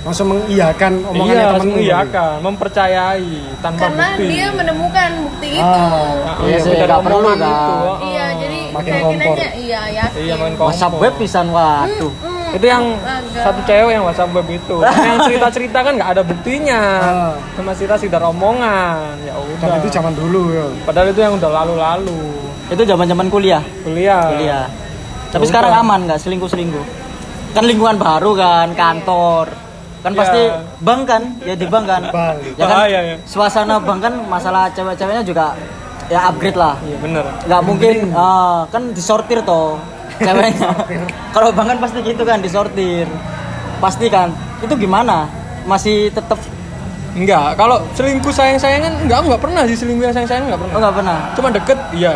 Speaker 2: langsung mengiyakan omongannya
Speaker 3: iya,
Speaker 2: temenmu
Speaker 3: iya kan, mempercayai tanpa
Speaker 4: Karena
Speaker 3: bukti.
Speaker 4: dia menemukan bukti itu.
Speaker 3: Nah,
Speaker 1: Iya
Speaker 3: itu
Speaker 1: sih,
Speaker 3: dari
Speaker 1: nggak perlu
Speaker 3: omongan
Speaker 1: kan.
Speaker 3: itu, gitu. heeh.
Speaker 4: Iya, jadi
Speaker 2: Makin
Speaker 4: yakin
Speaker 2: kompor.
Speaker 4: aja. Iya, yakin.
Speaker 3: Iya, main
Speaker 1: WhatsApp
Speaker 3: kompor.
Speaker 1: web pisan waduh
Speaker 4: Hmm,
Speaker 3: Itu yang
Speaker 4: astaga.
Speaker 3: satu cewek yang WhatsApp web itu. Karena yang cerita-cerita kan nggak ada buktinya. Cuma cerita-cerita omongan. Ya
Speaker 2: Tapi
Speaker 3: udah.
Speaker 2: itu zaman dulu ya.
Speaker 3: Padahal itu yang udah lalu-lalu.
Speaker 1: itu zaman zaman kuliah
Speaker 3: Kuliah.
Speaker 1: kuliah tapi sekarang aman nggak selingkuh selingkuh kan lingkungan baru kan kantor kan pasti
Speaker 3: Iya.
Speaker 1: bank kan ya di bank kan
Speaker 2: Bang.
Speaker 1: ya kan
Speaker 3: Bahaya, ya.
Speaker 1: suasana bank kan masalah cewek-ceweknya juga ya upgrade lah
Speaker 3: Iya bener.
Speaker 1: nggak mungkin ah, kan disortir toh ceweknya kalau bank kan pasti gitu kan disortir pasti kan itu gimana masih tetap
Speaker 3: Enggak. Kalau selingkuh sayang-sayangan, enggak, aku nggak pernah sih selingkuh yang sayang-sayangan nggak pernah.
Speaker 1: oh nggak pernah
Speaker 3: Cuma deket, iya.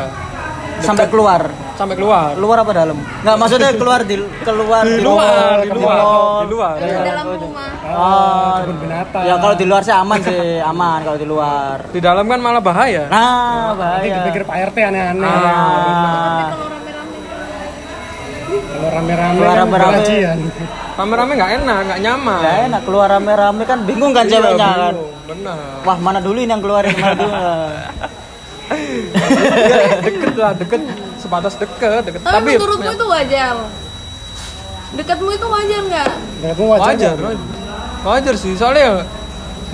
Speaker 1: sampai keluar
Speaker 3: Sampai keluar.
Speaker 1: keluar apa dalam nggak maksudnya keluar di keluar
Speaker 3: Di luar, di
Speaker 1: di
Speaker 3: luar,
Speaker 1: mall.
Speaker 3: di luar. iya. Oh,
Speaker 4: Di dalam rumah.
Speaker 2: Ah, kebun binatang.
Speaker 1: ya kalau di luar sih aman sih aman kalau di luar
Speaker 3: Di dalam kan malah Oh, bahaya.
Speaker 1: nah
Speaker 2: Nanti
Speaker 4: Iya.
Speaker 1: bahaya
Speaker 2: dipikir Pak RT aneh-aneh.
Speaker 1: nah,
Speaker 4: Tapi kalau
Speaker 2: Kalau rame-rame
Speaker 4: rame-rame
Speaker 1: Keluar
Speaker 2: kan
Speaker 1: rame-rame.
Speaker 2: pengajian.
Speaker 3: Rame-rame nggak enak, nggak nyaman.
Speaker 1: nggak enak keluar rame-rame kan bingung kan
Speaker 3: Iya,
Speaker 1: ceweknya kan
Speaker 3: belum, Bener.
Speaker 1: wah mana dulu ini yang keluar yang mana dulu
Speaker 3: Iya, deket lah deket sebatas deket deket ya,
Speaker 4: Tapi, menurutmu itu wajar. Dekatmu itu wajar nggak?
Speaker 2: Dekatmu wajar.
Speaker 3: wajar
Speaker 2: nggak?
Speaker 3: wajar. wajar sih soalnya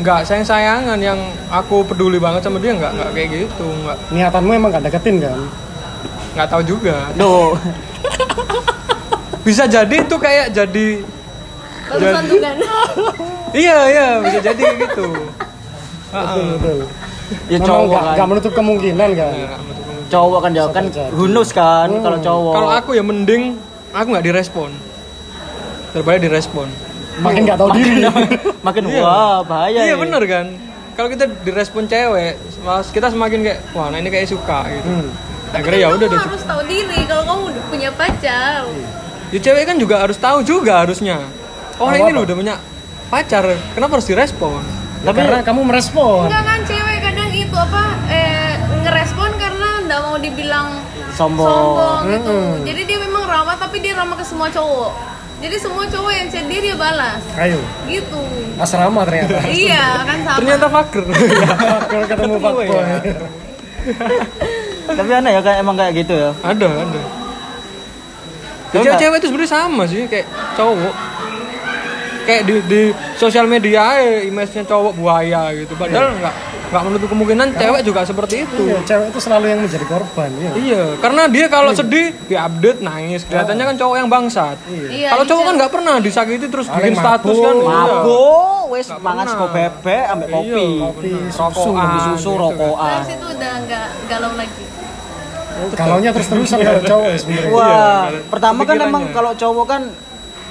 Speaker 3: nggak sayang sayangan yang aku peduli banget sama dia nggak nggak kayak gitu nggak
Speaker 2: Niatanmu emang gak deketin kan?
Speaker 3: nggak tahu juga
Speaker 1: Duh,
Speaker 3: bisa jadi itu kayak jadi
Speaker 4: Barusan tuh kan.
Speaker 3: iya iya bisa jadi gitu
Speaker 2: Betul, betul.
Speaker 1: ya
Speaker 2: Memang
Speaker 1: cowok
Speaker 2: nggak-
Speaker 1: kan.
Speaker 2: nggak menutup kemungkinan kan?
Speaker 3: Iya.
Speaker 1: Cowok kan jauh kan
Speaker 2: Satu jam.
Speaker 1: hunus kan kalau cowok.
Speaker 3: kalau aku ya mending aku nggak direspon daripada direspon
Speaker 2: Makin gak tahu diri.
Speaker 1: makin wah bahaya. ya.
Speaker 3: iya bener kan kalau kita direspon cewek mas kita semakin kayak wah nah ini kayak suka gitu
Speaker 2: Hmm.
Speaker 3: akhirnya ya
Speaker 4: Kamu
Speaker 3: udah deh
Speaker 4: harus tahu diri kalau kamu udah punya pacar.
Speaker 3: Ya cewek kan juga harus tahu juga harusnya. Oh
Speaker 2: Tahu
Speaker 3: ini
Speaker 2: apa?
Speaker 3: lo udah punya pacar, kenapa harus direspon?
Speaker 2: Ya, karena kamu merespon.
Speaker 4: Enggak kan cewek kadang itu apa eh, ngerespon karena nggak mau dibilang
Speaker 1: sombong.
Speaker 4: sombong gitu jadi dia memang ramah tapi dia ramah ke semua cowok jadi semua cowok yang chat dia dia balas
Speaker 2: Ayo,
Speaker 4: gitu
Speaker 2: asrama ternyata.
Speaker 4: iya kan sama
Speaker 3: Ternyata faker.
Speaker 2: Kalau ketemu Pak Boy.
Speaker 3: ya.
Speaker 1: Tapi aneh ya kayak emang kayak gitu ya.
Speaker 3: ada, ada.
Speaker 1: Lu nggak-
Speaker 3: Cewek-cewek itu sebenarnya sama sih kayak cowok. Kayak di, di sosial media aja, image-nya cowok buaya gitu. Padahal nggak nggak menutup kemungkinan cewek juga seperti itu.
Speaker 2: Iya, cewek itu selalu yang menjadi korban, iya.
Speaker 3: Iya, karena dia kalau sedih dia update nangis. Kelihatannya kan cowok yang bangsat.
Speaker 4: Iya,
Speaker 3: kalau
Speaker 4: iya.
Speaker 3: cowok kan nggak pernah disakiti terus
Speaker 2: Paling
Speaker 3: bikin status
Speaker 2: mabuk.
Speaker 3: kan. iya.
Speaker 1: Mabuk, wes mangan
Speaker 3: pernah.
Speaker 1: sego bebek ambek
Speaker 3: Iya,
Speaker 1: kopi.
Speaker 2: Tapi
Speaker 1: Susu,
Speaker 3: Rokokan,
Speaker 1: susu,
Speaker 3: gitu.
Speaker 1: rokokan.
Speaker 4: terus itu udah nggak galau lagi
Speaker 2: galaunya terus-terusan kalau cowok ya sebenarnya.
Speaker 1: Wah, pertama kan
Speaker 3: kepikirannya.
Speaker 1: emang kalau cowok kan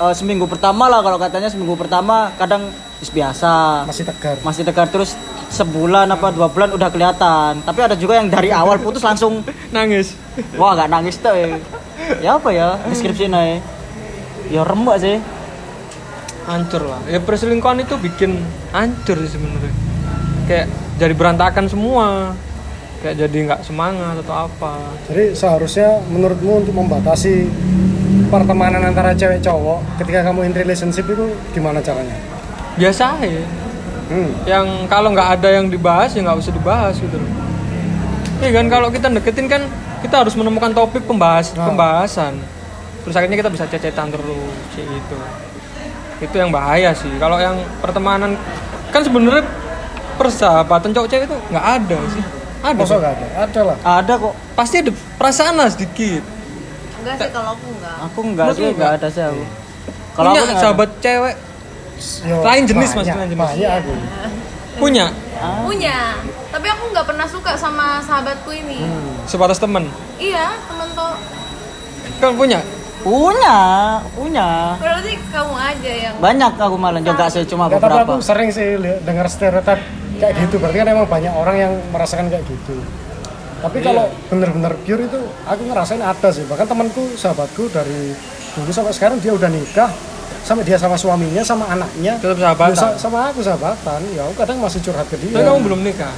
Speaker 1: eh, seminggu pertama lah kalau katanya seminggu pertama kadang is biasa
Speaker 2: Masih tegar.
Speaker 1: masih tegar terus sebulan apa dua bulan udah kelihatan tapi ada juga yang dari awal putus langsung
Speaker 3: Nangis.
Speaker 1: wah gak nangis tuh eh. ya apa ya deskripsi eh. ya remek sih
Speaker 3: Hancur lah. Ya perselingkuhan itu bikin hancur sih sebenarnya. Kayak jadi berantakan semua. Kayak jadi nggak semangat atau apa.
Speaker 2: Jadi seharusnya menurutmu untuk membatasi pertemanan antara cewek cowok ketika kamu in relationship itu gimana caranya?
Speaker 3: biasa ya
Speaker 2: Hmm.
Speaker 3: yang kalau nggak ada yang dibahas ya nggak usah dibahas gitu loh Iya kan kalau kita deketin kan kita harus menemukan topik pembahas
Speaker 2: Ah.
Speaker 3: pembahasan terus akhirnya kita bisa cecetan terus kayak gitu itu yang bahaya sih kalau yang pertemanan kan sebenarnya persahabatan cowok cewek itu nggak ada sih ada
Speaker 2: Masa
Speaker 3: sih.
Speaker 2: nggak ada? Ada lah.
Speaker 1: ada kok
Speaker 3: pasti ada perasaan lah sedikit
Speaker 4: enggak sih kalau aku enggak
Speaker 1: aku nggak
Speaker 3: Menurut
Speaker 1: sih
Speaker 3: lu
Speaker 1: nggak
Speaker 3: nggak?
Speaker 1: ada sih aku kalau
Speaker 3: punya
Speaker 1: aku nggak ada.
Speaker 3: sahabat cewek
Speaker 2: Yo,
Speaker 3: Lain jenis, Mas,
Speaker 2: banyak,
Speaker 3: lain jenis.
Speaker 2: Banyak aku.
Speaker 3: punya
Speaker 4: punya tapi aku nggak pernah suka sama sahabatku ini
Speaker 3: sebatas temen
Speaker 4: iya temen tuh
Speaker 3: kan punya
Speaker 1: punya punya
Speaker 4: berarti kamu aja yang
Speaker 1: banyak aku malah juga sih cuma
Speaker 2: Nggak, tapi aku
Speaker 1: beberapa
Speaker 2: sering sih li- dengar stereotip kayak
Speaker 3: Iya.
Speaker 2: gitu. Berarti kan emang banyak orang yang merasakan kayak gitu.
Speaker 3: Iya.
Speaker 2: Tapi kalau bener-bener pure itu aku ngerasain ada sih. Bahkan temanku, sahabatku dari dulu sampai sekarang dia udah nikah sampai dia sama suaminya sama anaknya
Speaker 3: Tetap sahabatan.
Speaker 2: Ya, sa- sama aku sahabatan ya aku kadang masih curhat ke dia
Speaker 3: tapi
Speaker 1: Iya.
Speaker 3: kamu belum Oh, nikah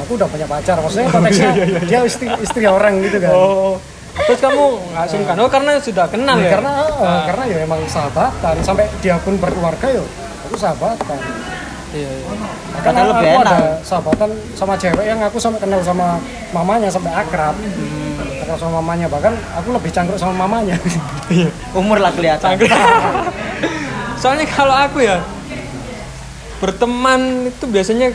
Speaker 2: aku udah punya pacar maksudnya konteksnya dia istri istri orang gitu kan
Speaker 3: iya. Oh. Terus kamu nggak sungkan? Oh karena sudah
Speaker 1: Iya.
Speaker 3: kenal
Speaker 2: Ya,
Speaker 3: ya?
Speaker 2: karena eh, karena ya emang sahabatan sampai dia pun berkeluarga yo aku sahabatan
Speaker 3: Iya, iya.
Speaker 2: Karena
Speaker 1: Padahal lebih
Speaker 2: aku
Speaker 1: enak.
Speaker 2: ada sahabatan sama cewek yang aku sampai kenal sama mamanya sampai akrab
Speaker 3: Hmm.
Speaker 2: kenal sama mamanya bahkan aku lebih cangkruk sama mamanya
Speaker 3: Iya.
Speaker 1: umur lah kelihatan
Speaker 3: Soalnya kalau aku ya berteman itu biasanya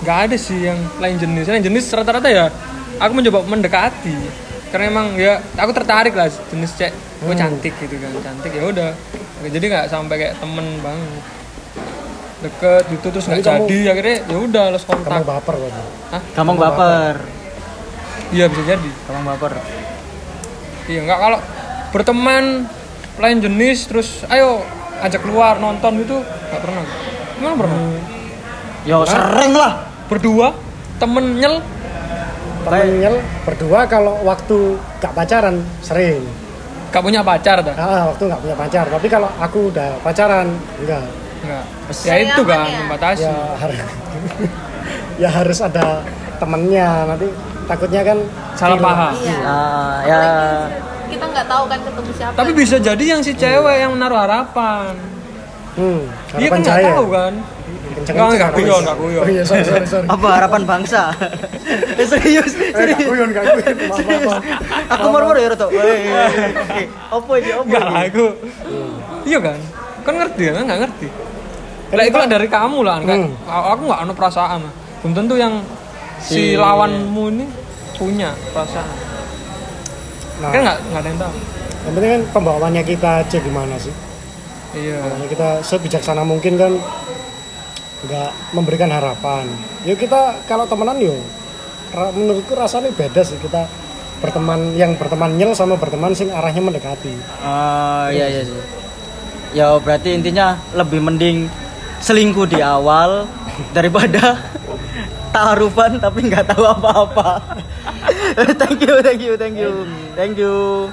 Speaker 3: nggak ada sih yang lain jenis. Lain jenis rata-rata ya aku mencoba mendekati. Karena emang ya aku tertarik lah jenis cek,
Speaker 2: Hmm.
Speaker 3: oh cantik gitu kan, cantik ya udah. Jadi nggak sampai kayak temen banget deket gitu terus nggak
Speaker 2: Jadi kamu-
Speaker 3: jadi akhirnya ya udah los
Speaker 2: kamu
Speaker 3: kontak
Speaker 2: baper kamu
Speaker 1: gampang baper
Speaker 3: iya bisa jadi
Speaker 1: gampang baper
Speaker 3: Iya nggak kalau berteman lain jenis terus ayo ajak keluar nonton gitu nggak pernah. Emang pernah?
Speaker 1: yo sering lah
Speaker 3: Berdua temen nyel
Speaker 2: temennya berdua kalau waktu gak pacaran sering
Speaker 3: nggak punya pacar dah.
Speaker 2: ah, waktu nggak punya pacar tapi kalau aku udah pacaran enggak
Speaker 3: Nggak. Ya itu kan
Speaker 4: ya?
Speaker 3: membatasi.
Speaker 2: ya harus ya harus ada temennya nanti takutnya kan
Speaker 3: Salah
Speaker 2: hilang.
Speaker 3: paham.
Speaker 4: iya
Speaker 1: Ah, ya
Speaker 4: kita nggak tahu kan ketemu siapa
Speaker 3: Tapi bisa jadi yang si cewek
Speaker 2: Iya.
Speaker 3: yang menaruh harapan.
Speaker 2: hmm,
Speaker 3: Dia kan nggak tahu kan. Nggak, nggak guyon, nggak guyon.
Speaker 2: oh iya sorry sorry sorry
Speaker 1: apa harapan bangsa Eh, serius
Speaker 2: Eh, nggak
Speaker 1: serius
Speaker 2: guyon nggak guyon maaf maaf, maaf
Speaker 1: aku marmor ya Roto Weh, eh, apa ini apa
Speaker 3: Nggak
Speaker 1: ini
Speaker 3: aku. Iya kan? Kan ngerti kan? Nggak ngerti. Lah
Speaker 2: Kan
Speaker 3: itu
Speaker 2: kita-
Speaker 3: lah dari kamu lah. Kan?
Speaker 2: Hmm.
Speaker 3: Aku nggak anu perasaan. lah. Belum tentu yang si
Speaker 2: Iya.
Speaker 1: Si-
Speaker 3: lawanmu ini punya perasaan.
Speaker 2: nah,
Speaker 3: Kan nggak nggak ada yang tahu.
Speaker 2: yang penting kan pembawaannya kita aja gimana sih
Speaker 3: Iya.
Speaker 2: Makanya kita sebijaksana mungkin kan nggak memberikan harapan yuk kita kalau temenan yuk ra- menurutku rasanya beda sih kita berteman yang berteman nyel sama berteman sing arahnya mendekati
Speaker 1: ah iya iya sih ya berarti intinya lebih mending selingkuh di awal daripada taruhan tapi nggak tahu apa-apa thank you thank you thank you thank you